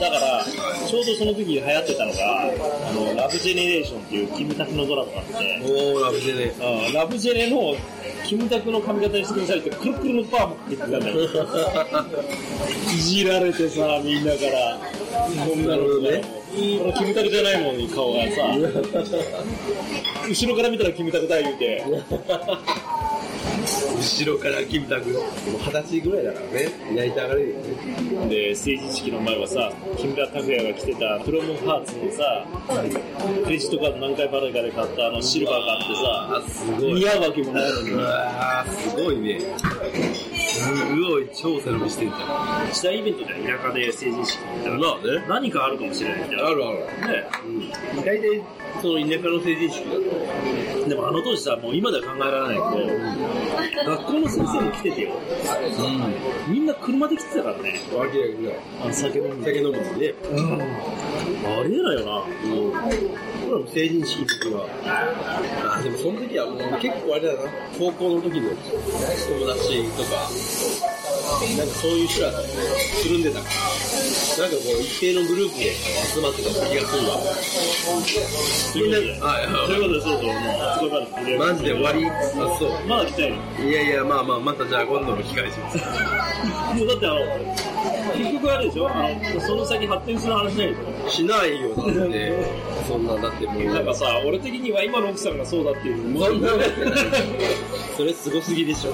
[SPEAKER 6] だから、ちょうどその時に流行ってたのが、あの、ラブジェネレーションっていうキムタクのドラマがあって、
[SPEAKER 5] おー、ラブジェネ。
[SPEAKER 6] うん、ラブジェネのキムタクの髪型にしてくださいって、くるくるのパーマかけてたんだよ。いじられてさ、みんなから、こんなのね。このキムタクじゃないもんに顔がさ、後ろから見たらキムタクだ言うて、
[SPEAKER 5] 後ろからキムタク。もう二十歳ぐらいだからね、焼いて上がれるよね。
[SPEAKER 6] で成人式の前はさ木村拓哉が着てたプロムハーツのさクレジットカード何回払いかで買ったあのシルバーがあってさ
[SPEAKER 5] すごい。
[SPEAKER 6] 似合うわけもないのに
[SPEAKER 5] うわー、すごいね。すごい超セレブしてんじゃ
[SPEAKER 6] 時代イベントでは田舎で成人式みたい
[SPEAKER 5] ん。
[SPEAKER 6] な
[SPEAKER 5] まあね。
[SPEAKER 6] 何かあるかもしれないじゃん
[SPEAKER 5] あるある。
[SPEAKER 6] ね
[SPEAKER 5] 大体、その田舎の成人式だと、
[SPEAKER 6] でもあの当時さもう今では考えられないけど学校の先生も来ててよみんな車で来てたからね
[SPEAKER 5] わけがない。
[SPEAKER 6] あの酒飲んで
[SPEAKER 5] 酒飲むのね。
[SPEAKER 6] ありえないよな
[SPEAKER 5] 僕らも成人式の時は、あでもその時はもう結構あれだな、高校の時の友達とか、なんかそういう人らとつるんでたから、なんかこう一定のグループで集まってた気がするわ。
[SPEAKER 6] ということで
[SPEAKER 5] はいはい
[SPEAKER 6] ということでそうそうもうそこま
[SPEAKER 5] マジで終わりあ、そ
[SPEAKER 6] まだ来てないの
[SPEAKER 5] う。いやいや、まあまあ、またじゃあ今度の機会にします。
[SPEAKER 6] もうだってあの、結局あれでしょあの、その先発展する話ないでしょ
[SPEAKER 5] しないよ、だって。そんな、だってもう。
[SPEAKER 6] なんかさ、俺的には今の奥さんがそうだっていうのも
[SPEAKER 5] そんな それすごすぎでしょ。